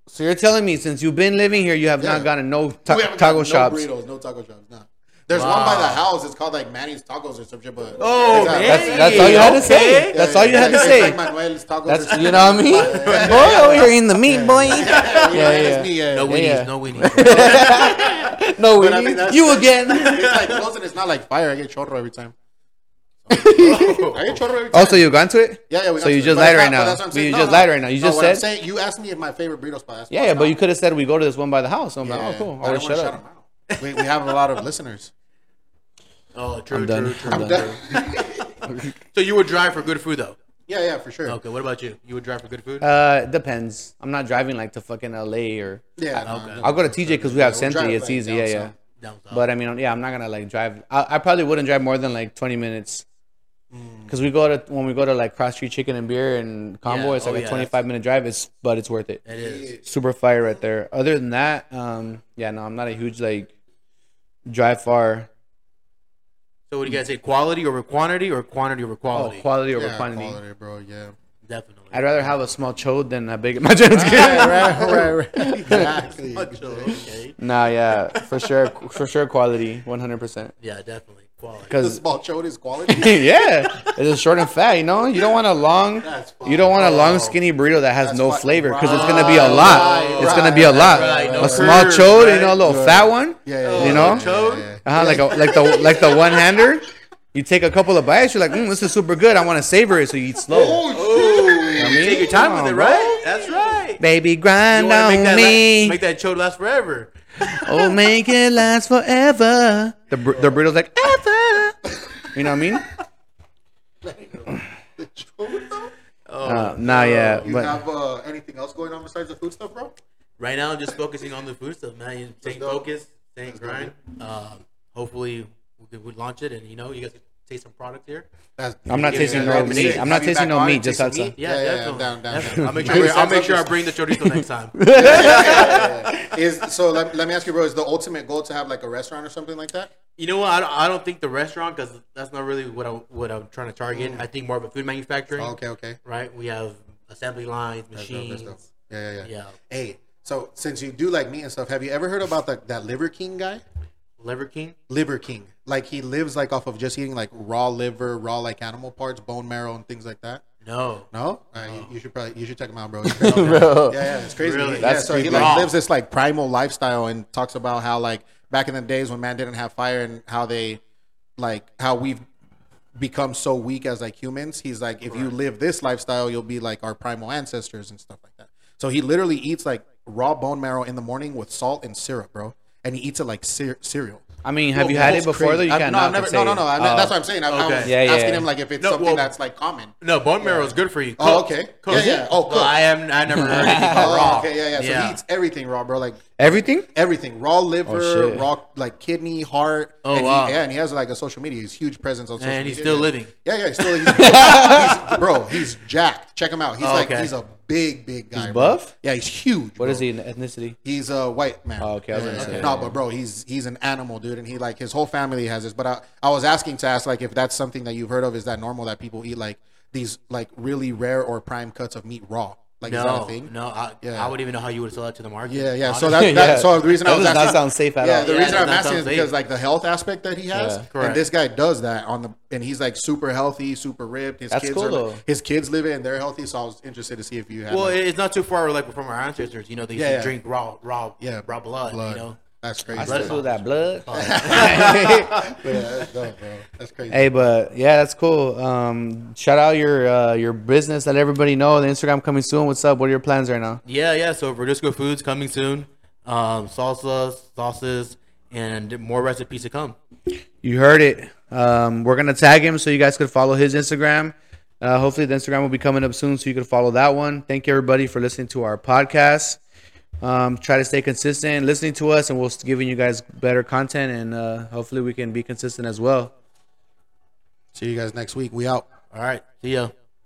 [SPEAKER 1] so you're telling me since you've been living here, you have
[SPEAKER 2] Yeah.
[SPEAKER 1] not gotten no
[SPEAKER 2] We
[SPEAKER 1] ta-
[SPEAKER 2] haven't
[SPEAKER 1] taco
[SPEAKER 2] gotten
[SPEAKER 1] shops?
[SPEAKER 2] No burritos, no taco shops. Nah. There's one by the house. It's called like Manny's Tacos or some shit. But
[SPEAKER 3] Oh,
[SPEAKER 2] It's not-
[SPEAKER 3] Manny's.
[SPEAKER 1] That's, that's all you had to say.
[SPEAKER 3] Okay.
[SPEAKER 1] That's all you had to
[SPEAKER 2] it's
[SPEAKER 1] say.
[SPEAKER 2] Like Manuel's Tacos. or
[SPEAKER 1] That's
[SPEAKER 2] something.
[SPEAKER 1] you know what I mean, boy. Over here eating the meat, boy.
[SPEAKER 2] Yeah, yeah,
[SPEAKER 1] yeah.
[SPEAKER 2] It's, me, yeah,
[SPEAKER 3] no
[SPEAKER 2] yeah.
[SPEAKER 3] weenies,
[SPEAKER 1] yeah.
[SPEAKER 3] no weenies.
[SPEAKER 1] No, we
[SPEAKER 2] But I mean, that's-
[SPEAKER 1] you again.
[SPEAKER 2] it's like close and it's not like fire. I get chorro every time. I get chorro every time.
[SPEAKER 1] Also, Oh, you gone to it?
[SPEAKER 2] yeah, yeah. We
[SPEAKER 1] So
[SPEAKER 2] got
[SPEAKER 1] you
[SPEAKER 2] to-
[SPEAKER 1] just
[SPEAKER 2] but it's
[SPEAKER 1] lied right
[SPEAKER 2] not- but
[SPEAKER 1] now.
[SPEAKER 2] that's what I'm
[SPEAKER 1] But You
[SPEAKER 2] saying. No,
[SPEAKER 1] just
[SPEAKER 2] no.
[SPEAKER 1] lied right now. You
[SPEAKER 2] No,
[SPEAKER 1] just
[SPEAKER 2] what I'm
[SPEAKER 1] said.
[SPEAKER 2] saying, you asked me if my favorite burrito spot. That's
[SPEAKER 1] Yeah, yeah, but you could have said we go to this one by the house. I'm like, oh, cool.
[SPEAKER 2] I
[SPEAKER 1] I would
[SPEAKER 2] don't wanna
[SPEAKER 1] shut up.
[SPEAKER 2] them out. We, we have a lot of listeners.
[SPEAKER 3] oh, true,
[SPEAKER 1] I'm done.
[SPEAKER 3] true, true.
[SPEAKER 1] I'm done.
[SPEAKER 3] So you would drive for good food though.
[SPEAKER 2] Yeah, yeah, for sure.
[SPEAKER 3] Okay, what about you? You would drive for good food?
[SPEAKER 1] Uh, depends. I'm not driving like to fucking LA or
[SPEAKER 2] Yeah, no,
[SPEAKER 3] Okay.
[SPEAKER 2] no.
[SPEAKER 1] I'll go to TJ because we have
[SPEAKER 2] we'll
[SPEAKER 1] Sentry.
[SPEAKER 2] drive,
[SPEAKER 1] It's
[SPEAKER 2] like,
[SPEAKER 1] easy.
[SPEAKER 2] down
[SPEAKER 1] Yeah, yeah.
[SPEAKER 2] south.
[SPEAKER 3] Down south.
[SPEAKER 1] But I mean, yeah, I'm not gonna like drive. I, I probably wouldn't drive more than like 20 minutes.
[SPEAKER 2] Mm.
[SPEAKER 1] Cause we go to when we go to like cross street chicken and beer and combo,
[SPEAKER 3] Yeah.
[SPEAKER 1] it's like
[SPEAKER 3] Oh,
[SPEAKER 1] a
[SPEAKER 3] yeah,
[SPEAKER 1] 25 minute drive. It's but it's worth it.
[SPEAKER 3] it is.
[SPEAKER 1] Super fire right there. Other than that, um, yeah, no, I'm not a huge like drive far.
[SPEAKER 3] So what do you guys say? Quality over quantity or quantity over
[SPEAKER 1] Oh,
[SPEAKER 3] quality?
[SPEAKER 1] quality over
[SPEAKER 2] Yeah,
[SPEAKER 1] quantity.
[SPEAKER 2] quality, bro. Yeah.
[SPEAKER 3] Definitely.
[SPEAKER 1] I'd rather have a small chode than a big. My just kidding.
[SPEAKER 2] right, right. Exactly.
[SPEAKER 3] Okay.
[SPEAKER 1] Nah, yeah, for sure, for sure, quality, 100. percent
[SPEAKER 3] Yeah, definitely. Quality.
[SPEAKER 2] The
[SPEAKER 1] Because
[SPEAKER 2] small chode is quality.
[SPEAKER 1] yeah, it's just short and fat. You know, you don't want a long,
[SPEAKER 2] That's fine.
[SPEAKER 1] you don't want a long
[SPEAKER 2] Oh.
[SPEAKER 1] skinny burrito that has
[SPEAKER 2] That's
[SPEAKER 1] no
[SPEAKER 2] fine.
[SPEAKER 1] flavor because it's gonna be a lot.
[SPEAKER 2] Right,
[SPEAKER 1] it's
[SPEAKER 2] right,
[SPEAKER 1] gonna be a lot.
[SPEAKER 3] right, no
[SPEAKER 1] a small
[SPEAKER 3] curves,
[SPEAKER 1] chode, you
[SPEAKER 3] right?
[SPEAKER 1] know, a little fat one.
[SPEAKER 2] Yeah, yeah, yeah.
[SPEAKER 1] You know?
[SPEAKER 3] Chode?
[SPEAKER 1] Uh-huh, like a, like the like the one hander. You take a couple of bites, you're like, mm, this is super good. I want to savor it, so you eat slow.
[SPEAKER 3] Oh,
[SPEAKER 1] I mean,
[SPEAKER 3] take your time
[SPEAKER 1] come
[SPEAKER 3] with it,
[SPEAKER 1] on,
[SPEAKER 3] right? That's right.
[SPEAKER 1] Baby,
[SPEAKER 3] You
[SPEAKER 1] grind
[SPEAKER 3] wanna
[SPEAKER 1] on
[SPEAKER 3] make that,
[SPEAKER 1] me.
[SPEAKER 3] la- make that chode last forever.
[SPEAKER 1] oh, make it last forever. The bur- the burrito's like ever. You know what I mean? Uh, nah, yeah,
[SPEAKER 2] You
[SPEAKER 1] but
[SPEAKER 2] have uh, anything else going on besides the food stuff, bro?
[SPEAKER 3] Right now, I'm just focusing on the food stuff, man. You Staying
[SPEAKER 2] dope.
[SPEAKER 3] focused, staying grind. Um, hopefully, we could we launch it, and you know, you guys can taste some product here.
[SPEAKER 2] That's,
[SPEAKER 1] I'm not tasting
[SPEAKER 3] no
[SPEAKER 2] that'd be
[SPEAKER 3] meat.
[SPEAKER 2] sick.
[SPEAKER 1] I'm not
[SPEAKER 2] Have you
[SPEAKER 1] tasting
[SPEAKER 2] back
[SPEAKER 1] no
[SPEAKER 2] on,
[SPEAKER 1] meat,
[SPEAKER 2] taste
[SPEAKER 1] just
[SPEAKER 2] some
[SPEAKER 1] outside.
[SPEAKER 2] meat?
[SPEAKER 3] Yeah,
[SPEAKER 2] Yeah, yeah,
[SPEAKER 3] definitely.
[SPEAKER 2] down, down,
[SPEAKER 3] Definitely.
[SPEAKER 2] down.
[SPEAKER 3] I'll make sure. I'll make sure I
[SPEAKER 2] Sounds
[SPEAKER 3] bring the chorizo next time.
[SPEAKER 2] Is so. Let, let me ask you, bro. Is the ultimate goal to have like a restaurant or something like that?
[SPEAKER 3] You know what? I don't, I don't think the restaurant because that's not really what I what I'm trying to target. I think more of a food manufacturing.
[SPEAKER 2] Oh, Mm. okay, okay.
[SPEAKER 3] Right? We have assembly lines,
[SPEAKER 2] Dope,
[SPEAKER 3] machines.
[SPEAKER 2] that's dope. Yeah, yeah, yeah.
[SPEAKER 3] Yeah.
[SPEAKER 2] Hey, so since you do like meat and stuff, have you ever heard about the, that Liver King guy?
[SPEAKER 3] Liver King.
[SPEAKER 2] Liver King, like he lives like off of just eating like raw liver, raw like animal parts, bone marrow, and things like that.
[SPEAKER 3] No.
[SPEAKER 2] No, All right, you, you should probably you should check him out, bro.
[SPEAKER 1] Bro.
[SPEAKER 2] Yeah, yeah, it's crazy.
[SPEAKER 3] Really?
[SPEAKER 2] Yeah,
[SPEAKER 1] That's
[SPEAKER 2] so he
[SPEAKER 1] creepy.
[SPEAKER 2] like
[SPEAKER 3] Raw.
[SPEAKER 2] lives this like primal lifestyle and talks about how like back in the days when man didn't have fire and how they like how we've become so weak as like humans. He's like, if you live this lifestyle, you'll be like our primal ancestors and stuff like that. So he literally eats like raw bone marrow in the morning with salt and syrup, bro, and he eats it like cer- cereal.
[SPEAKER 1] I mean, have
[SPEAKER 2] Well,
[SPEAKER 1] you had it
[SPEAKER 2] it's
[SPEAKER 1] before
[SPEAKER 2] crazy.
[SPEAKER 1] though? You
[SPEAKER 2] I've-
[SPEAKER 1] can't
[SPEAKER 2] no,
[SPEAKER 1] knock
[SPEAKER 2] I've
[SPEAKER 1] it,
[SPEAKER 2] never,
[SPEAKER 1] say
[SPEAKER 2] no, no,
[SPEAKER 1] it.
[SPEAKER 2] no. I, that's
[SPEAKER 3] Oh.
[SPEAKER 2] what I'm saying. I, I was
[SPEAKER 3] Okay.
[SPEAKER 1] Yeah, yeah,
[SPEAKER 2] asking
[SPEAKER 1] yeah.
[SPEAKER 2] him like if it's
[SPEAKER 3] No,
[SPEAKER 2] something
[SPEAKER 3] well-
[SPEAKER 2] that's like common.
[SPEAKER 3] No, bone marrow is good for you.
[SPEAKER 2] Oh,
[SPEAKER 3] Cooked.
[SPEAKER 2] okay.
[SPEAKER 3] Cooked.
[SPEAKER 2] Yeah, yeah. Oh,
[SPEAKER 3] Well,
[SPEAKER 2] cooked.
[SPEAKER 3] I am. I never heard anything about
[SPEAKER 2] Oh,
[SPEAKER 3] raw.
[SPEAKER 2] okay, yeah, yeah. So he eats everything raw, bro. Like
[SPEAKER 1] Everything?
[SPEAKER 2] everything, raw liver,
[SPEAKER 1] Oh, shit.
[SPEAKER 2] raw like kidney, heart.
[SPEAKER 3] Oh,
[SPEAKER 2] and he-
[SPEAKER 3] wow.
[SPEAKER 2] yeah, and he has like a social media. He's huge presence on social media.
[SPEAKER 3] And he's still living.
[SPEAKER 2] Yeah, yeah, he's still. He's, he's, bro, he's jacked. Check him out. He's
[SPEAKER 3] Oh,
[SPEAKER 2] like
[SPEAKER 3] okay.
[SPEAKER 2] he's a big, big guy.
[SPEAKER 1] He's
[SPEAKER 2] bro.
[SPEAKER 1] buff?
[SPEAKER 2] Yeah, he's huge.
[SPEAKER 1] What
[SPEAKER 2] bro.
[SPEAKER 1] is he in ethnicity?
[SPEAKER 2] He's a white man.
[SPEAKER 1] Oh, okay, I was gonna say,
[SPEAKER 2] No,
[SPEAKER 1] yeah.
[SPEAKER 2] but bro, he's he's an animal, dude, and he like his whole family has this. But I, I was asking to ask like if that's something that you've heard of. Is that normal that people eat like these like really rare or prime cuts of meat raw? Like is that a
[SPEAKER 3] No,
[SPEAKER 2] thing?
[SPEAKER 3] no, I,
[SPEAKER 2] Yeah.
[SPEAKER 3] I wouldn't even know how you would sell that to the market.
[SPEAKER 2] Yeah, yeah. So
[SPEAKER 3] honestly.
[SPEAKER 2] that, that
[SPEAKER 1] Yeah.
[SPEAKER 2] so the reason
[SPEAKER 1] That
[SPEAKER 2] I was
[SPEAKER 1] does not
[SPEAKER 2] asking,
[SPEAKER 1] sound safe at
[SPEAKER 2] yeah,
[SPEAKER 1] all.
[SPEAKER 2] the
[SPEAKER 3] Yeah,
[SPEAKER 2] reason
[SPEAKER 3] that
[SPEAKER 2] I'm
[SPEAKER 3] does not
[SPEAKER 2] asking
[SPEAKER 3] sound
[SPEAKER 2] is because
[SPEAKER 3] safe.
[SPEAKER 2] like the health aspect that he has,
[SPEAKER 1] Yeah.
[SPEAKER 3] Correct.
[SPEAKER 2] and this guy does that on the, and he's like super healthy, super ripped. His
[SPEAKER 1] That's
[SPEAKER 2] kids
[SPEAKER 1] cool,
[SPEAKER 2] are
[SPEAKER 1] though.
[SPEAKER 2] his kids live it and they're healthy. So I was interested to see if you had.
[SPEAKER 3] Well,
[SPEAKER 2] like-
[SPEAKER 3] it's not too far like from our ancestors. You know, they used
[SPEAKER 2] Yeah,
[SPEAKER 3] to
[SPEAKER 2] yeah.
[SPEAKER 3] drink raw, raw,
[SPEAKER 2] yeah,
[SPEAKER 3] raw blood,
[SPEAKER 2] blood.
[SPEAKER 3] You know,
[SPEAKER 2] that's crazy.
[SPEAKER 1] I still
[SPEAKER 3] is
[SPEAKER 1] feel
[SPEAKER 3] awesome.
[SPEAKER 1] that blood.
[SPEAKER 2] Yeah, that's dope, bro. That's crazy.
[SPEAKER 1] Hey, but yeah, that's cool. Um, shout out your uh, your business. Let everybody know the Instagram coming soon. What's up? What are your plans right now?
[SPEAKER 3] Yeah, yeah. So Verdisco Foods coming soon. Um, salsa, sauces, and more recipes to come.
[SPEAKER 1] You heard it. Um, we're gonna tag him so you guys could follow his Instagram. Uh, hopefully, the Instagram will be coming up soon, so you can follow that one. Thank you everybody for listening to our podcast. Um, try to stay consistent, listening to us, and we'll s- giving you guys better content, and uh, hopefully, we can be consistent as well.
[SPEAKER 2] See you guys next week. We out.
[SPEAKER 3] All right. See ya.